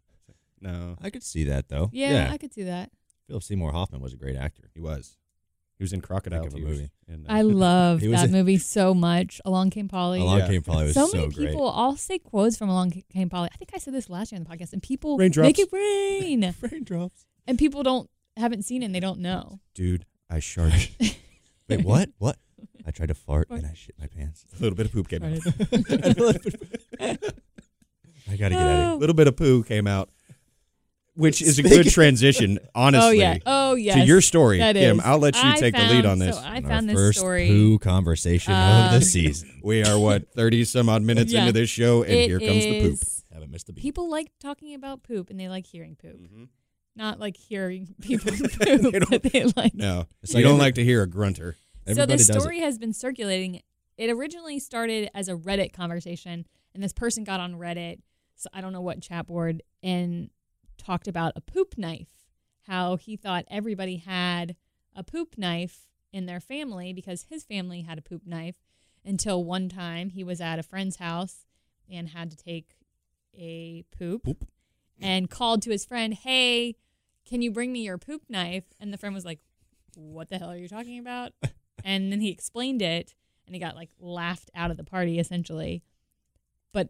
S4: No,
S2: I could see that though.
S3: Yeah, I could see that.
S2: Philip Seymour Hoffman was a great actor.
S4: he was. He was in Crocodile
S2: Think of a
S4: Tears.
S2: movie.
S4: And, uh,
S3: I love
S2: He was
S3: that
S2: in-
S3: movie so much. Along Came Polly.
S2: Along
S4: Yeah.
S2: Came Polly was
S3: so
S2: so,
S3: many
S2: great.
S3: people. I'll say quotes from Along Ca- Came Polly. I think I said this last year on the podcast, and people
S4: Raindrops.
S3: make it rain,
S2: Raindrops.
S3: and people don't haven't seen it, and they don't know.
S4: dude, I sharted
S2: Wait, what? What? I tried to fart and I shit my pants.
S4: a little bit of poop came out.
S3: Sorry.
S2: I gotta get out of
S3: Oh,
S4: A
S2: here.
S4: little bit of poo came out, which is a
S2: Speaking-
S4: good transition, honestly.
S3: oh yeah, oh yeah.
S4: To your story,
S3: that
S4: Kim,
S3: is.
S4: I'll let you
S3: I
S4: take the
S3: found-
S4: lead on this.
S3: So I
S2: On our
S3: found this
S2: first
S3: story.
S2: poo conversation of
S3: Um,
S2: the season.
S4: We are what thirty some odd minutes
S3: Yeah.
S4: into this show, and
S3: It
S4: here comes the poop.
S3: is-
S2: Haven't missed the beat.
S3: People like talking about poop, and they like hearing poop,
S4: Mhm.
S3: not like hearing people poop.
S4: They
S3: but
S4: don't-
S3: they like
S4: No,
S2: It's
S4: you
S2: like
S4: don't
S2: every-
S4: like to hear a grunter.
S2: Everybody
S3: so
S2: does
S3: this
S2: it.
S3: story has been circulating. It originally started as a Reddit conversation, and this person got on Reddit, so I don't know what chat board, and talked about a poop knife. How he thought everybody had a poop knife in their family because his family had a poop knife until one time he was at a friend's house and had to take a poop,
S4: Poop.
S3: and called to his friend, Hey, can you bring me your poop knife? And the friend was like, What the hell are you talking about? and then he explained it and he got like laughed out of the party essentially. But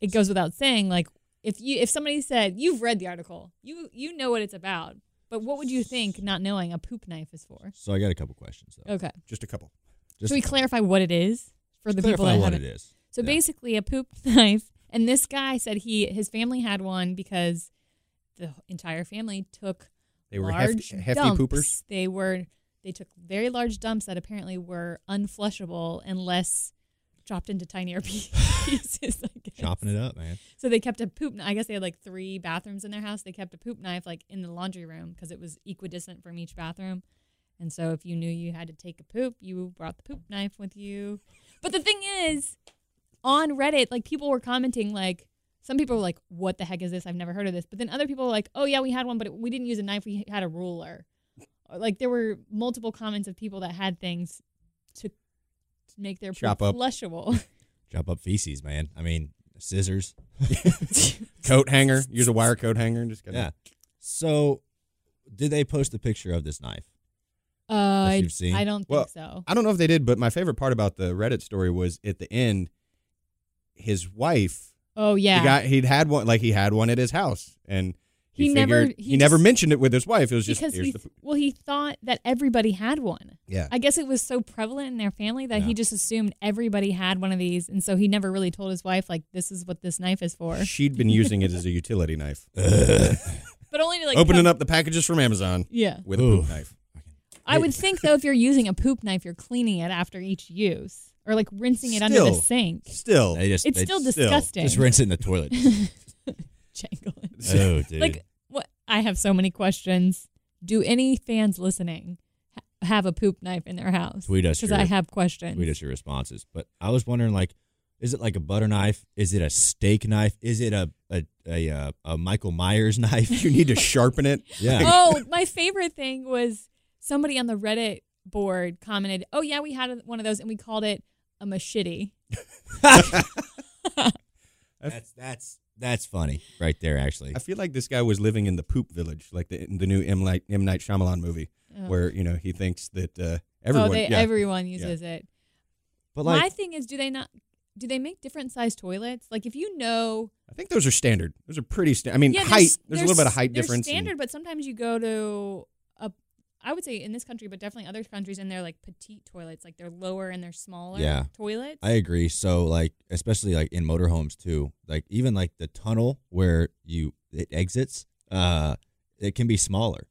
S3: it goes without saying, like, if you if somebody said, You've read the article, you you know what it's about. But what would you think not knowing a poop knife is for?
S2: so I got a couple questions though.
S3: Okay.
S4: Just a couple.
S2: Just
S3: Should we clarify what it is for the people
S2: clarify
S3: that
S2: what
S3: haven't?
S2: it is.
S3: So
S2: Yeah.
S3: basically, a poop knife. And this guy said he his family had one because the entire family took
S4: They were
S3: large
S4: hefty, hefty
S3: dumps.
S4: poopers.
S3: They were they took very large dumps that apparently were unflushable unless chopped into tinier pie- pieces. I guess.
S2: Chopping it up, man.
S3: So they kept a poop. kn- I guess they had like three bathrooms in their house. They kept a poop knife like in the laundry room because it was equidistant from each bathroom. And so if you knew you had to take a poop, you brought the poop knife with you. But the thing is, on Reddit, like people were commenting like. Some people were like, "What the heck is this? I've never heard of this." But then other people were like, "Oh yeah, we had one, but it, we didn't use a knife. We had a ruler." Or, Like there were multiple comments of people that had things to to make their
S4: Chop
S3: poop
S4: up.
S3: flushable.
S2: Chop up feces, man. I mean, scissors.
S4: Coat hanger. Use a wire coat hanger and just kind
S2: Yeah. So, did they post a picture of this knife?
S3: Uh, I,
S2: you've seen?
S3: I don't
S4: Well,
S3: think so.
S4: I don't know if they did, but my favorite part about the Reddit story was at the end, his wife.
S3: Oh yeah,
S4: He got he'd had one like he had one at his house, and he,
S3: He
S4: figured
S3: never-
S4: he,
S3: he
S4: never
S3: just-
S4: mentioned it with his wife. It was just
S3: because
S4: here's
S3: he
S4: the poop.
S3: well he thought that everybody had one.
S4: yeah.
S3: I guess it was so prevalent in their family that
S2: Yeah.
S3: he just assumed everybody had one of these, and so he never really told his wife like this is what this knife is for,
S4: She'd been using it as a utility knife,
S3: but only to like
S4: opening
S3: cut-
S4: up the packages from Amazon
S3: Yeah,
S4: with a poop
S2: Oof.
S4: knife.
S3: I would think though if you're using a poop knife, you're cleaning it after each use or like rinsing it under the
S4: Still.
S3: sink.
S4: Still,
S2: They just
S3: It's
S2: they
S3: still
S2: just,
S3: disgusting.
S2: just rinse it in the toilet.
S3: Jangle it.
S2: oh, dude.
S3: Like what? I have so many questions. Do any fans listening ha- have a poop knife in their house?
S2: Tweet us
S3: because
S2: your-
S3: I have questions.
S2: Tweet us your responses. But I was wondering, like, is it like a butter knife? Is it a steak knife? Is it a a a, uh, a Michael Myers knife?
S4: you need to sharpen it.
S2: yeah.
S3: oh, my favorite thing was somebody on the Reddit board commented, "Oh yeah, we had one of those and we called it a machete." Oh.
S2: That's that's that's funny right there. Actually,
S4: I feel like this guy was living in the poop village, like the the new M Night M Night Shyamalan movie,
S3: Oh.
S4: where you know he thinks that uh,
S3: oh,
S4: everyone.
S3: they,
S4: yeah.
S3: everyone uses it.
S2: but
S3: my
S2: like,
S3: thing is, do they not? Do they make different size toilets? Like if you know,
S4: I think those are standard. Those are pretty standard. I mean,
S3: yeah,
S4: height. There's,
S3: there's
S4: a little bit of height
S3: there's
S4: difference. and-
S3: Standard, but sometimes you go to a, I would say in this country, but definitely other countries, and they're like petite toilets, like they're lower and they're smaller.
S2: Yeah.
S3: toilets.
S2: I agree. So like, especially like in motorhomes too. Like even like the tunnel where you it exits, uh, it can be smaller.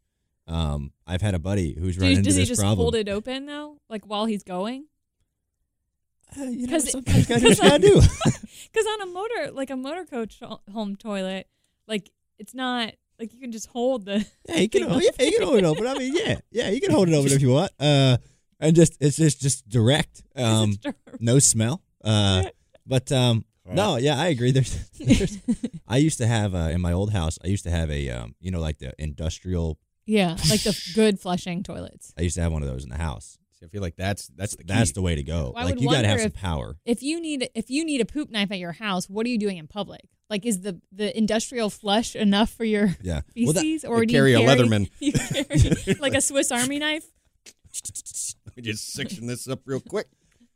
S2: Um, I've had a buddy who's
S3: Do
S2: run
S3: you,
S2: into
S3: does
S2: this
S3: he just
S2: problem.
S3: hold it open though, like while he's going?
S2: Uh, you know,
S3: 'Cause it-
S2: sometimes gotta do what you gotta
S3: 'cause
S2: do.
S3: Because on a motor, like a motor coach ho- home toilet, like it's not like you can just hold the.
S2: Yeah, you can, hold, yeah, you can hold it open. I mean, yeah, yeah, you can hold it open if you want. Uh, and just it's just just direct. Um, no smell. Uh, but um,
S4: Oh,
S2: no, yeah, I agree. There's, there's I used to have uh, in my old house. I used to have a um, you know, like the industrial.
S3: yeah, like the good flushing toilets.
S2: I used to have one of those in the house.
S4: See, I feel like that's that's the key.
S2: That's the way to go.
S3: I
S2: like
S3: would
S2: you gotta have
S3: wonder
S2: some
S3: if-
S2: power.
S3: If you need if you need a poop knife at your house, what are you doing in public? Like, is the the industrial flush enough for your
S2: Yeah. Well, that-
S3: feces, or
S4: They
S3: do
S4: carry
S3: you
S4: a
S3: carry
S4: Leatherman.
S3: You carry like a Swiss Army knife,
S4: Let me just section this up real quick.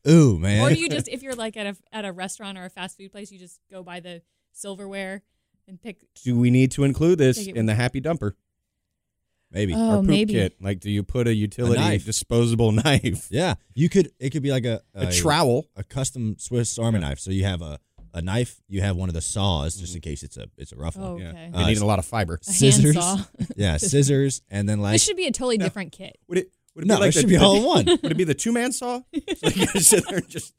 S2: ooh man.
S3: or do you just if you're like at a at a restaurant or a fast food place, you just go by the silverware and pick.
S4: Do we need to include this
S3: Take it-
S4: in the happy dumper
S2: Maybe.
S3: Oh,
S4: or poop
S3: maybe.
S4: kit? Like, do you put a utility
S2: knife.
S4: disposable knife,
S2: yeah, you could. It could be like a
S4: a trowel?
S2: a custom Swiss Army knife. So you have a a knife. You have one of the saws just in case it's a it's a rough one.
S3: Oh, okay.
S4: Mm-hmm. Yeah,
S2: Uh,
S4: they need a lot of fiber.
S3: A
S2: scissors.
S3: handsaw.
S2: Yeah, scissors, and then like
S3: this should be a totally different kit.
S4: Would it? Would it
S2: no,
S4: be like
S2: it should
S4: the-
S2: be all in one.
S4: Would it be the two man saw? So you gotta sit there and just.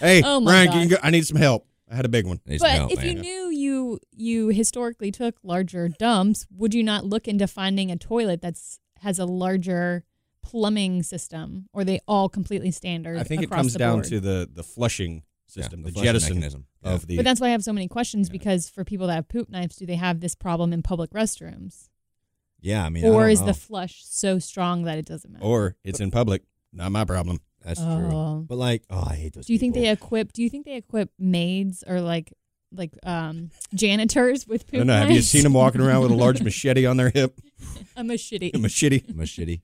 S4: Hey,
S3: Oh my
S4: Ryan, can you
S3: God.
S4: go? I need some help. I had a big one.
S2: Needs
S3: But
S2: some help,
S3: if you
S2: man.
S3: knew you you historically took larger dumps, would you not look into finding a toilet that's has a larger plumbing system, or they all completely standard?
S4: I think it
S3: across
S4: comes
S3: the
S4: down
S3: board?
S4: to the the flushing
S2: Yeah,
S4: system, the,
S2: flushing
S4: jettison
S2: mechanism
S4: of
S2: Yeah.
S4: the.
S3: But that's why I have so many questions because for people that have poop knives, do they have this problem in public restrooms,
S2: yeah, I mean, I
S3: or
S2: don't
S3: is
S2: know.
S3: the flush so strong that it doesn't matter?
S4: or it's in public. Not my problem.
S2: that's true.
S3: Oh.
S2: But like, oh, I hate those.
S3: Do you think
S2: people.
S3: they equip? Do you think they equip maids or like like um janitors with
S4: I
S3: poop
S4: don't know.
S3: knives?
S4: Have you seen them walking around with a large machete on their hip?
S3: I'm a shitty.
S4: A machete.
S2: machete?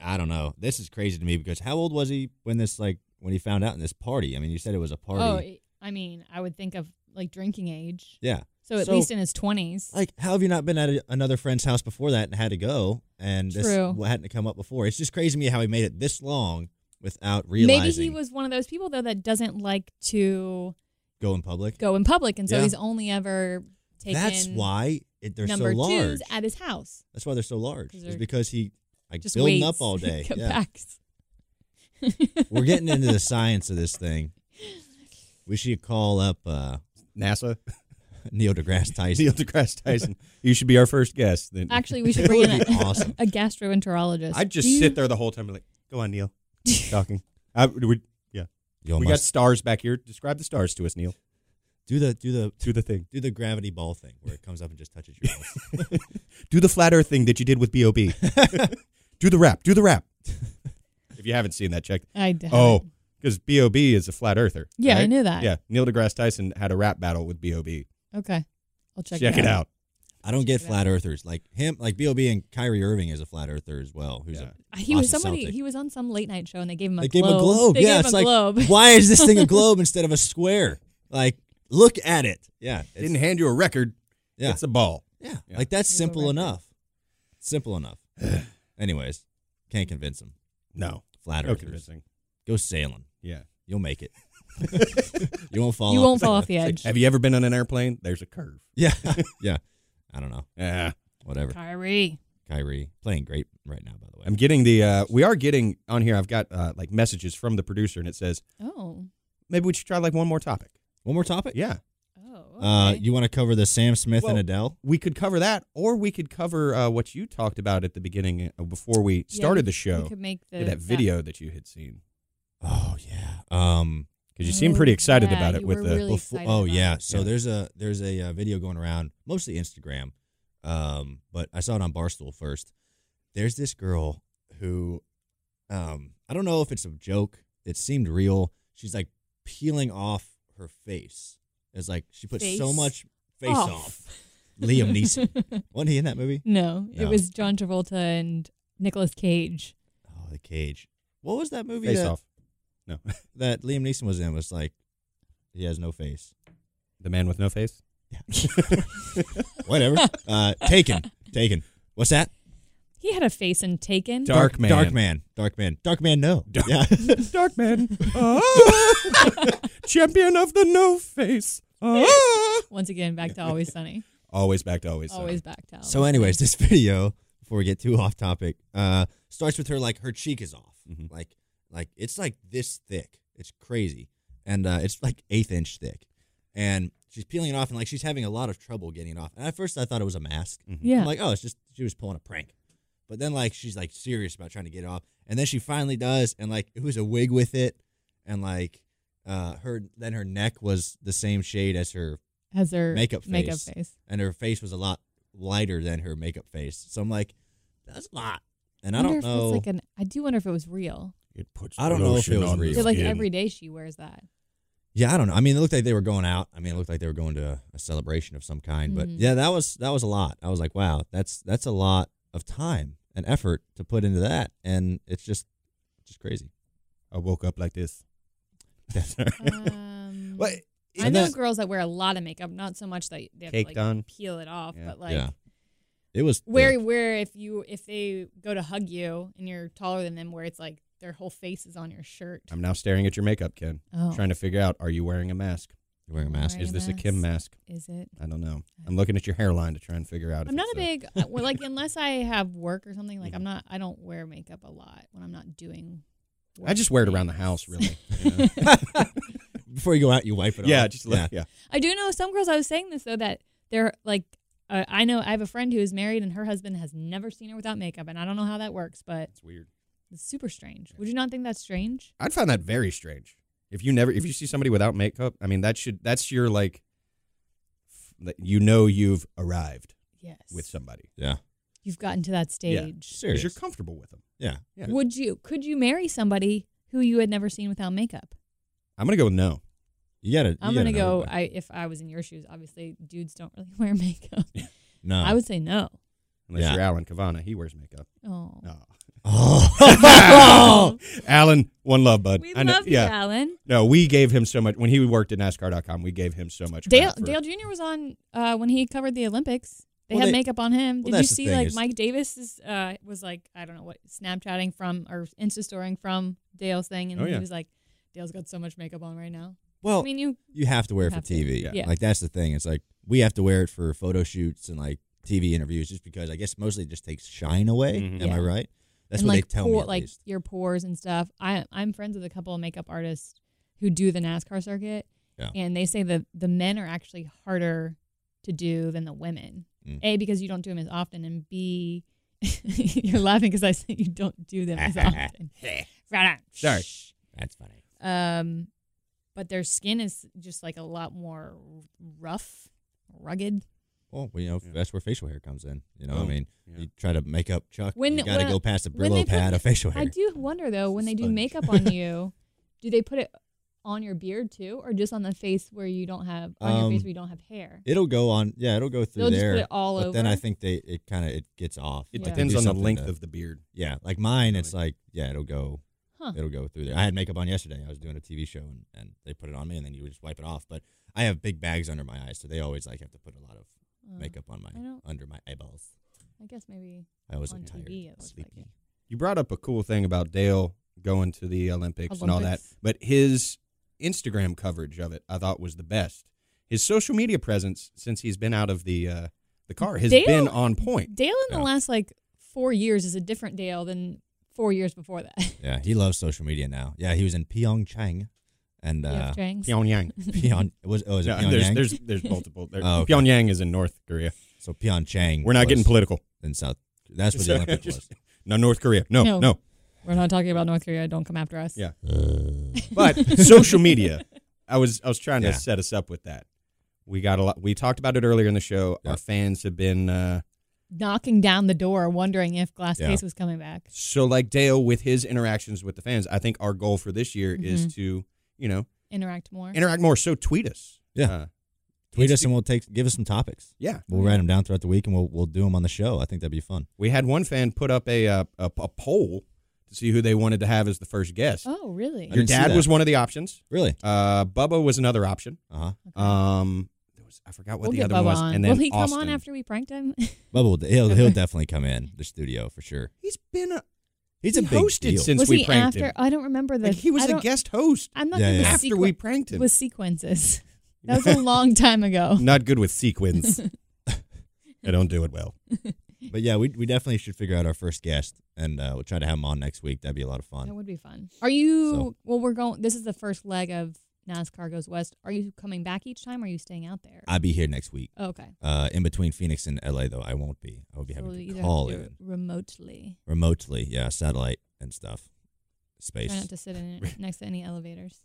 S2: I don't know. This is crazy to me because how old was he when this like when he found out in this party? I mean, you said it was a party.
S3: Oh, it- I mean, I would think of like drinking age.
S2: yeah.
S3: So at
S2: So-
S3: least in his twenties.
S2: Like, how have you not been at a, another friend's house before that and had to go? And this
S3: True.
S2: what hadn't come up before. It's just crazy to me how he made it this long without realizing
S3: Maybe he was one of those people though that doesn't like to
S2: go in public.
S3: go in public, and so
S4: Yeah.
S3: he's only ever taken
S2: That's why it, they're so
S3: number
S2: large.
S3: twos at his house.
S2: That's why they're so large.
S3: 'Cause
S2: Is
S3: they're
S2: because he like
S3: Just
S2: building
S3: waits
S2: up all
S3: to
S2: day.
S3: Come
S2: Yeah.
S3: back.
S2: We're getting into the science of this thing. We should call up uh,
S4: NASA,
S2: Neil deGrasse Tyson.
S4: Neil deGrasse Tyson. you should be our first guest. Then
S3: Actually, we should bring in
S2: That would
S3: a,
S2: be awesome.
S3: a gastroenterologist.
S4: I'd just
S3: Do you-
S4: sit there the whole time, and be like, go on, Neil, Keep talking. I, we
S2: Yo,
S4: we
S2: my-
S4: got stars back here. Describe the stars to us, Neil.
S2: do the do the
S4: Do the thing.
S2: do the gravity ball thing where it comes up and just touches your nose.
S4: Do the flat Earth thing that you did with Bob. do the rap. Do the rap. if you haven't seen that, check.
S3: I doubt it.
S4: Oh, because Bob is a flat Earther.
S3: yeah, I
S4: right?
S3: knew that.
S4: Yeah, Neil deGrasse Tyson had a rap battle with Bob.
S3: Okay, I'll check,
S4: Check, it out.
S2: I don't get
S3: Yeah.
S2: flat earthers like him. Like Bob and Kyrie Irving is a flat earther as well. Who's
S4: Yeah.
S3: Uh, He was
S2: Boston
S3: somebody.
S2: Celtic.
S3: He was on some late night show, and they gave him
S2: a
S3: a
S2: they gave
S3: globe.
S2: him a globe.
S3: They
S2: yeah,
S3: gave him
S2: it's
S3: a
S2: like
S3: globe.
S2: why is this thing a globe instead of a square? Like look at it. Yeah, it's-
S4: Didn't hand you a record.
S2: Yeah.
S4: It's a ball.
S2: yeah.
S4: Yeah.
S2: Like that's
S3: He's a
S2: simple
S3: wrecker.
S2: enough. Simple enough. Anyways, can't convince him.
S4: No.
S2: Flat
S4: No
S2: earthers.
S4: convincing.
S2: Go sailing.
S4: Yeah.
S2: You'll make it. you won't fall.
S3: you
S2: off
S3: won't
S2: the
S3: fall
S2: cliff.
S3: off the edge.
S4: Have you ever been on an airplane? There's a curve.
S2: Yeah, yeah. I don't know.
S4: Yeah.
S2: Whatever.
S3: Kyrie.
S2: Kyrie playing great right now. By the way,
S4: I'm getting the, uh, we are getting on here. I've got uh, like messages from the producer and it says,
S3: Oh.
S4: maybe we should try like one more topic.
S2: one more topic.
S4: Yeah.
S3: Oh.
S2: Uh,
S3: okay.
S2: you want to cover the Sam Smith
S4: Well,
S2: and Adele?
S4: We could cover that or we could cover uh, what you talked about at the beginning uh, before we started the
S3: We
S4: show.
S3: could make the,
S4: That video that you had seen.
S2: Oh yeah. Um.
S4: Because you seemed
S3: Oh,
S4: pretty excited
S3: yeah,
S4: about it
S3: you
S4: with
S3: were
S4: the.
S3: really-
S2: befo-
S3: excited
S2: oh
S3: about
S2: yeah.
S3: it.
S2: So
S4: Yeah.
S2: there's a there's a uh, video going around, mostly Instagram. Um, but I saw it on Barstool first. There's this girl who, um, I don't know if it's a joke. It seemed real. She's like peeling off her face. It's like she put so
S3: Face
S2: much face off. Liam Neeson. Wasn't he in that movie?
S3: no, it
S2: No.
S3: was John Travolta and Nicolas Cage.
S2: Oh, the cage. What was that movie
S4: Face
S2: that,
S4: off. No.
S2: that Liam Neeson was in? Was like he has no face.
S4: the man with no face?
S2: Whatever. uh, Taken. Taken. What's that?
S3: He had a face in Taken.
S4: Dark Man.
S2: Dark man. Dark man. Dark man. No.
S4: Dark-
S2: yeah.
S4: Dark man. Ah. champion of the no face. Ah.
S3: Once again, back to Always Sunny.
S4: Always back to always. Sunny.
S3: Always back to. Always
S2: so, anyways, this video before we get too off topic uh, starts with her like her cheek is off,
S4: Mhm.
S2: like like it's like this thick. It's crazy, and uh, it's like eighth inch thick, and she's peeling it off, and like she's having a lot of trouble getting it off. And at first, I thought it was a mask.
S4: Mm-hmm.
S3: Sunny. yeah.
S2: I'm like, oh, it's just she was pulling a prank. But then like she's like serious about trying to get it off, and then she finally does, and like it was a wig with it, and like uh her then her neck was the same shade as her,
S3: Has her
S2: makeup
S3: makeup
S2: face.
S3: face.
S2: and her face was a lot lighter than her makeup face. So I'm like, that's a lot, and I don't
S3: wonder if
S2: know.
S3: It's like an, I do wonder if it was real.
S4: It puts
S2: I don't know if it was real.
S3: Because like
S4: skin.
S3: every day she wears that.
S2: yeah, I don't know. I mean, it looked like they were going out. I mean, it looked like they were going to a, a celebration of some kind. But
S3: Mhm.
S2: yeah, that was that was a lot. I was like, wow, that's that's a lot of time and effort to put into that, and it's just just crazy.
S4: I woke up like this.
S3: Um,
S4: What?
S3: I
S2: And
S3: know
S2: that-
S3: girls that wear a lot of makeup, not so much that they have
S4: Caked
S3: to like
S4: on.
S3: peel it off,
S4: Yeah.
S3: but like
S2: yeah, it was
S3: where
S2: thick.
S3: where if you if they go to hug you and you're taller than them, where it's like their whole face is on your shirt.
S4: I'm now staring at your makeup, Ken.
S3: oh,
S4: Trying to figure out: Are you wearing a mask?
S2: You're wearing a mask.
S3: Wearing
S4: Is
S3: a
S4: this a
S3: mask.
S4: Kim mask?
S3: is it?
S4: I don't know. I'm looking at your hairline to Mm-hmm. try and figure out. if
S3: I'm not
S4: it's
S3: a big uh, well, like unless I have work or something. Like I'm not. I don't wear makeup a lot when I'm not doing. Work
S4: I just wear it around the
S3: things.
S4: house, really. you know?
S2: Before you go out, you wipe it
S4: yeah,
S2: off.
S4: just look. Yeah.
S3: I do know some girls. I was saying this though that they're like, uh, I know I have a friend who is married and her husband has never seen her without makeup, and I don't know how that works, but
S4: It's weird.
S3: it's super strange. Would you not think that's strange?
S4: I'd find that very strange. If you never, if you see somebody without makeup, I mean, that should that's your like, f- that you know you've arrived
S3: Yes.
S4: with somebody
S2: Yeah.
S3: You've gotten to that stage.
S2: Serious.
S4: because you're comfortable with them.
S2: yeah.
S4: Yeah.
S3: Would you? Could you marry somebody who you had never seen without makeup?
S4: I'm gonna go with no.
S2: You gotta. you
S3: I'm
S2: gotta
S3: gonna
S2: know,
S3: go.
S2: but-
S3: I if I was in your shoes, obviously dudes don't really wear makeup.
S2: no.
S3: I would say no.
S4: Unless
S2: Yeah.
S4: you're Alan Cavana, he wears makeup.
S3: Oh. um,
S4: No.
S2: Oh.
S4: Alan, one love, bud.
S3: We
S4: I know-
S3: love you,
S4: yeah.
S3: Alan.
S4: No, we gave him so much when he worked at NASCAR.com. We gave him so much.
S3: Dale
S4: crap for-
S3: Dale Jr. was on uh, when he covered the Olympics. They
S2: Well,
S3: had
S2: they-
S3: makeup on him.
S2: well,
S3: Did you
S2: that's the
S3: see
S2: thing
S3: like
S2: is-
S3: Mike Davis is, uh, was like I don't know what Snapchatting from or Insta storing from Dale's thing, and
S4: Oh, yeah.
S3: he was like, "Dale's got so much makeup on right now."
S2: Well,
S3: I mean, you
S2: you have to wear it for
S3: have to.
S2: TV.
S3: Yeah.
S2: Like that's the thing. It's like we have to wear it for photo shoots and like TV interviews, just because I guess mostly it just takes shine away.
S4: Mhm.
S2: Am I
S3: Yeah.
S2: right? That's
S3: and
S2: what
S3: like
S2: they tell
S3: pore,
S2: me. At
S3: like
S2: least.
S3: your pores and stuff. I I'm friends with a couple of makeup artists who do the NASCAR circuit,
S2: Yeah.
S3: and they say that the men are actually harder to do than the women.
S2: Mm.
S3: A because you don't do them as often, and B you're laughing because I said you don't do them as often. Right on.
S4: Sorry.
S2: That's funny.
S3: Um, but their skin is just like a lot more rough, rugged.
S2: Well, you know,
S4: Yeah.
S2: that's where facial hair comes in. You know,
S4: Oh,
S2: I mean,
S4: yeah.
S2: you try to make up Chuck,
S3: When-
S2: you got to
S3: when-
S2: go past the
S3: when they
S2: Brillo
S3: put-
S2: pad of facial hair.
S3: I do wonder though, when they do
S2: Sponge.
S3: makeup on you, do they put it on your beard too, or just on the face where you don't have on your
S2: Um,
S3: face where you don't have hair?
S2: It'll go on. Yeah, it'll go through
S3: They'll just
S2: there.
S3: put it all
S2: but
S3: over.
S2: then I think they it kind of it gets off.
S4: It
S3: Yeah.
S4: depends
S2: Do
S4: on the
S2: something
S4: length
S2: to-
S4: of the beard.
S2: Yeah, like mine, it's like yeah, it'll go.
S3: Huh.
S2: It'll go through there. I had makeup on yesterday. I was doing a TV show, and, and they put it on me, and then you would just wipe it off. But I have big bags under my eyes, so they always like have to put a lot of
S3: Uh,
S2: makeup on my
S3: I don't-
S2: under my eyeballs.
S3: I guess maybe.
S2: I was
S3: On
S2: tired,
S3: TV, it looks like
S2: sleepy.
S3: it.
S4: You brought up a cool thing about Dale going to the Olympics, and all that,
S3: Olympics.
S4: but his Instagram coverage of it I thought was the best. His social media presence since he's been out of the uh, the car has
S3: Dale-
S4: been on point.
S3: Dale in
S2: Yeah.
S3: the last like four years is a different Dale than four years before that.
S2: Yeah, he loves social media now. Yeah, he was in Pyeongchang, and
S3: You
S2: uh,
S3: have Jangs?
S4: Pyongyang.
S2: Pyong it was oh, is it
S4: No,
S2: Pyongyang?
S4: there's there's there's multiple. There.
S2: Oh, okay.
S4: Pyongyang is in North Korea.
S2: so Pyeongchang.
S4: We're not
S2: was
S4: getting political.
S2: in South. That's where the Olympics was.
S4: Just- No, North Korea. No, no.
S3: No. We're not talking about North Korea. Don't come after us.
S4: Yeah. But social media. I was I was trying
S2: Yeah.
S4: to set us up with that. We got a lot. We talked about it earlier in the show.
S2: Yeah.
S4: Our fans have been uh,
S3: Knocking down the door, wondering if Glass
S2: Yeah.
S3: Case was coming back.
S4: so like Dale with his interactions with the fans. I think our goal for this year
S3: Mm-hmm.
S4: is to you know
S3: Interact more.
S4: interact more. So tweet us.
S2: Yeah.
S4: Uh,
S2: Tweet us and we'll take give us some topics.
S4: yeah.
S3: Mm.
S2: We'll write them down throughout the week and we'll we'll do them on the show. I think that'd be fun.
S4: We had one fan put up a uh, a, a poll to see who they wanted to have as the first guest.
S3: oh, really?
S2: I
S4: Your
S2: didn't see
S4: dad
S2: that.
S4: was one of the options.
S2: Really?
S4: Uh, Bubba was another option.
S2: Uh huh.
S4: Um, there was, I forgot what
S3: we'll
S4: the
S3: get
S4: other
S3: Bubba
S4: one was.
S3: on.
S4: And then
S3: Will he come
S4: Austin.
S3: on after we pranked him?
S2: Bubba, will, he'll he'll
S3: Okay.
S2: definitely come in the studio for sure.
S4: He's been a,
S2: He's
S4: he
S2: a big
S4: hosted
S2: deal.
S4: since
S3: was
S4: we
S3: he
S4: pranked
S3: after?
S4: him.
S3: I don't remember the.
S4: Like, he was
S3: I
S4: a
S3: don't-
S4: guest host
S3: I'm not
S2: Yeah,
S3: good
S2: yeah.
S3: with
S4: after
S3: sequen-
S4: we pranked him.
S3: with sequences. That was a long time ago.
S4: Not good with sequins. I don't do it well.
S2: But yeah, we we definitely should figure out our first guest and uh, we'll try to have him on next week. That'd be a lot of
S3: That
S2: fun.
S3: would be fun. Are you?
S2: So-
S3: Well, we're going. This is the first leg of NASCAR goes west. Are you coming back each time? or Are you staying out there?
S2: I'll be here next week.
S3: Oh, okay.
S2: Uh, in between Phoenix and LA though, I won't be. I will be
S3: So we'll
S2: having
S3: either
S2: to
S3: have
S2: call
S3: to do
S2: in
S3: it remotely.
S2: remotely. Yeah, satellite and stuff, space.
S3: Try not to sit in it next to any elevators.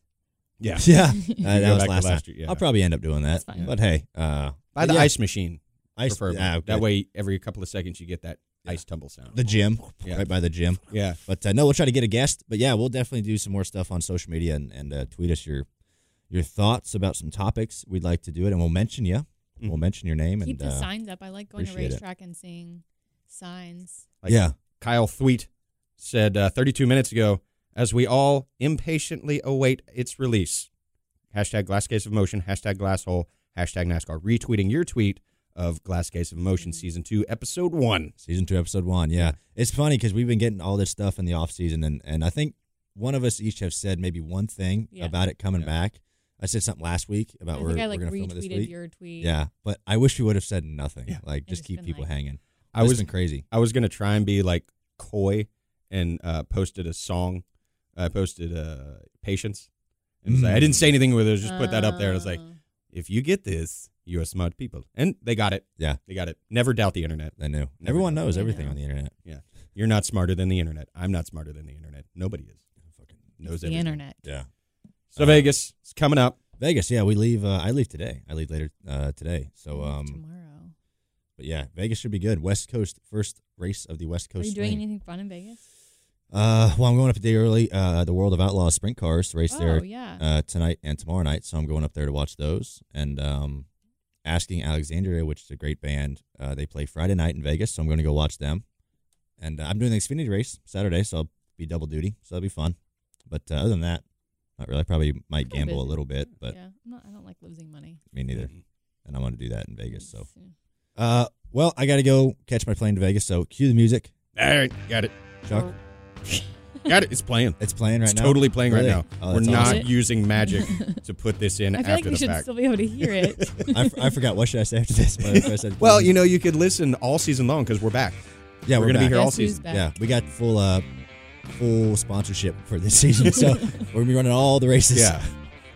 S4: Yeah.
S2: yeah, uh,
S4: You
S2: that
S4: go
S2: was
S4: back to
S2: last,
S4: last
S2: time.
S4: year, yeah.
S2: I'll probably end up doing that.
S3: That's fine.
S2: But hey, uh,
S4: By the
S2: yeah,
S4: ice machine.
S2: ice,
S4: preferably.
S2: yeah,
S4: that
S2: good.
S4: way, every couple of seconds, you get that
S2: Yeah.
S4: ice tumble sound.
S2: the gym,
S4: Yeah.
S2: right by the gym.
S4: yeah.
S2: But uh, no, we'll try to get a guest. But yeah, we'll definitely do some more stuff on social media and, and uh, tweet us your your thoughts about some topics we'd like to do it, and we'll mention you.
S4: Mm-hmm.
S2: We'll mention your name
S3: Keep
S2: and
S3: the
S2: uh,
S3: signs up. I like going to
S2: appreciate it.
S3: racetrack and seeing signs.
S4: Like,
S2: yeah,
S4: Kyle Thweet said uh, 32 minutes ago, as we all impatiently await its release. Hashtag glass case of motion, hashtag glass hole, hashtag NASCAR. Retweeting your tweet of glass case of motion season two, episode one.
S2: season two, episode one. Yeah, it's funny because we've been getting all this stuff in the off season, and and I think one of us each have said maybe one thing
S3: Yeah.
S2: about it coming
S4: Yeah.
S2: back. I said something last week about
S3: I
S2: Uh, we're,
S3: think I like
S2: we're gonna film it this
S3: retweeted
S2: week.
S3: your tweet.
S2: Yeah, but I wish we would have said nothing.
S4: Yeah.
S2: Like just,
S3: just
S2: keep
S3: been
S2: people
S3: like-
S2: hanging.
S4: I
S2: It's
S4: was
S2: been crazy.
S4: I was gonna try and be like coy and uh, posted a song. I posted uh, patience. And it was like, I didn't
S3: Hmm.
S4: say anything with it. I just put that up there. And it's like,
S3: Uh,
S4: if you get this, you are smart people, and they got it.
S2: Yeah.
S4: they got it. Never doubt the internet.
S2: I knew everyone
S4: know.
S2: knows
S3: I
S2: everything
S3: know.
S2: on the internet.
S4: You're not smarter than the internet. I'm not smarter than the internet. Nobody is. knows
S3: the
S4: everything.
S3: internet.
S2: Yeah.
S4: So
S2: Uh,
S4: Vegas, it's coming up.
S2: Vegas, yeah, we leave. Uh, I leave today. I leave later uh, today. So, um,
S3: tomorrow.
S2: but yeah, Vegas should be good. West Coast first race of the West
S3: Are
S2: Coast.
S3: you doing
S2: swing.
S3: anything fun in Vegas?
S2: Uh, well, I'm going up a day early. Uh, the World of Outlaws Sprint Cars race
S3: Oh
S2: there
S3: yeah.
S2: uh, tonight and tomorrow night. So I'm going up there to watch those and um, asking Alexandria, which is a great band. Uh, they play Friday night in Vegas, so I'm going to go watch them. And uh, I'm doing the Xfinity race Saturday, so I'll be double duty. So that'll be fun. But uh, other than that, not really. I probably might
S3: Kinda
S2: gamble a
S3: busy.
S2: little bit, but
S3: yeah, I'm not, I don't like losing money.
S4: Mm-hmm.
S2: me neither. And I'm going to do that in Vegas. So
S3: It's, uh,
S2: Uh, Well, I got to go catch my plane to Vegas. So cue the music,
S4: All right, got it.
S2: Chuck.
S3: Oh.
S4: Got it. It's playing.
S2: It's playing right
S4: it's
S2: now.
S4: totally playing
S2: Really?
S4: right now.
S2: Oh,
S4: We're
S2: that's
S4: not
S3: awesome.
S4: using magic to put this in
S3: I feel like
S4: after
S3: we
S4: the
S3: should
S4: fact.
S3: still be able to hear it.
S2: I, f- I forgot. What should I say after this? What if I said-
S4: well, you know, you could listen all season long because we're back.
S2: yeah,
S4: we're,
S2: we're,
S4: gonna be
S2: back.
S4: here all
S3: Guess who's
S4: season.
S3: back?
S2: Yeah, we got full uh, full sponsorship for this season, so we're gonna be running all the races.
S4: Yeah,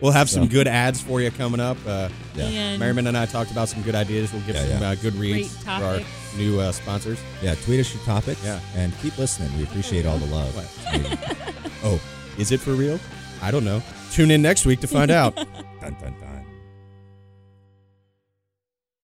S4: we'll have some
S2: So-
S4: good ads for you coming up. Uh,
S2: Yeah.
S3: And
S4: Merriman and I talked about some good ideas. We'll give
S2: Yeah,
S4: some
S2: yeah.
S4: Uh, good reads
S3: Great
S4: for our
S3: topics.
S4: new uh, sponsors.
S2: yeah. Tweet us your topics.
S4: Yeah.
S2: and keep listening. We appreciate all the love.
S4: What?
S2: I mean,
S4: Oh, is it for real? I don't know. Tune in next week to find out.
S2: dun, dun, dun.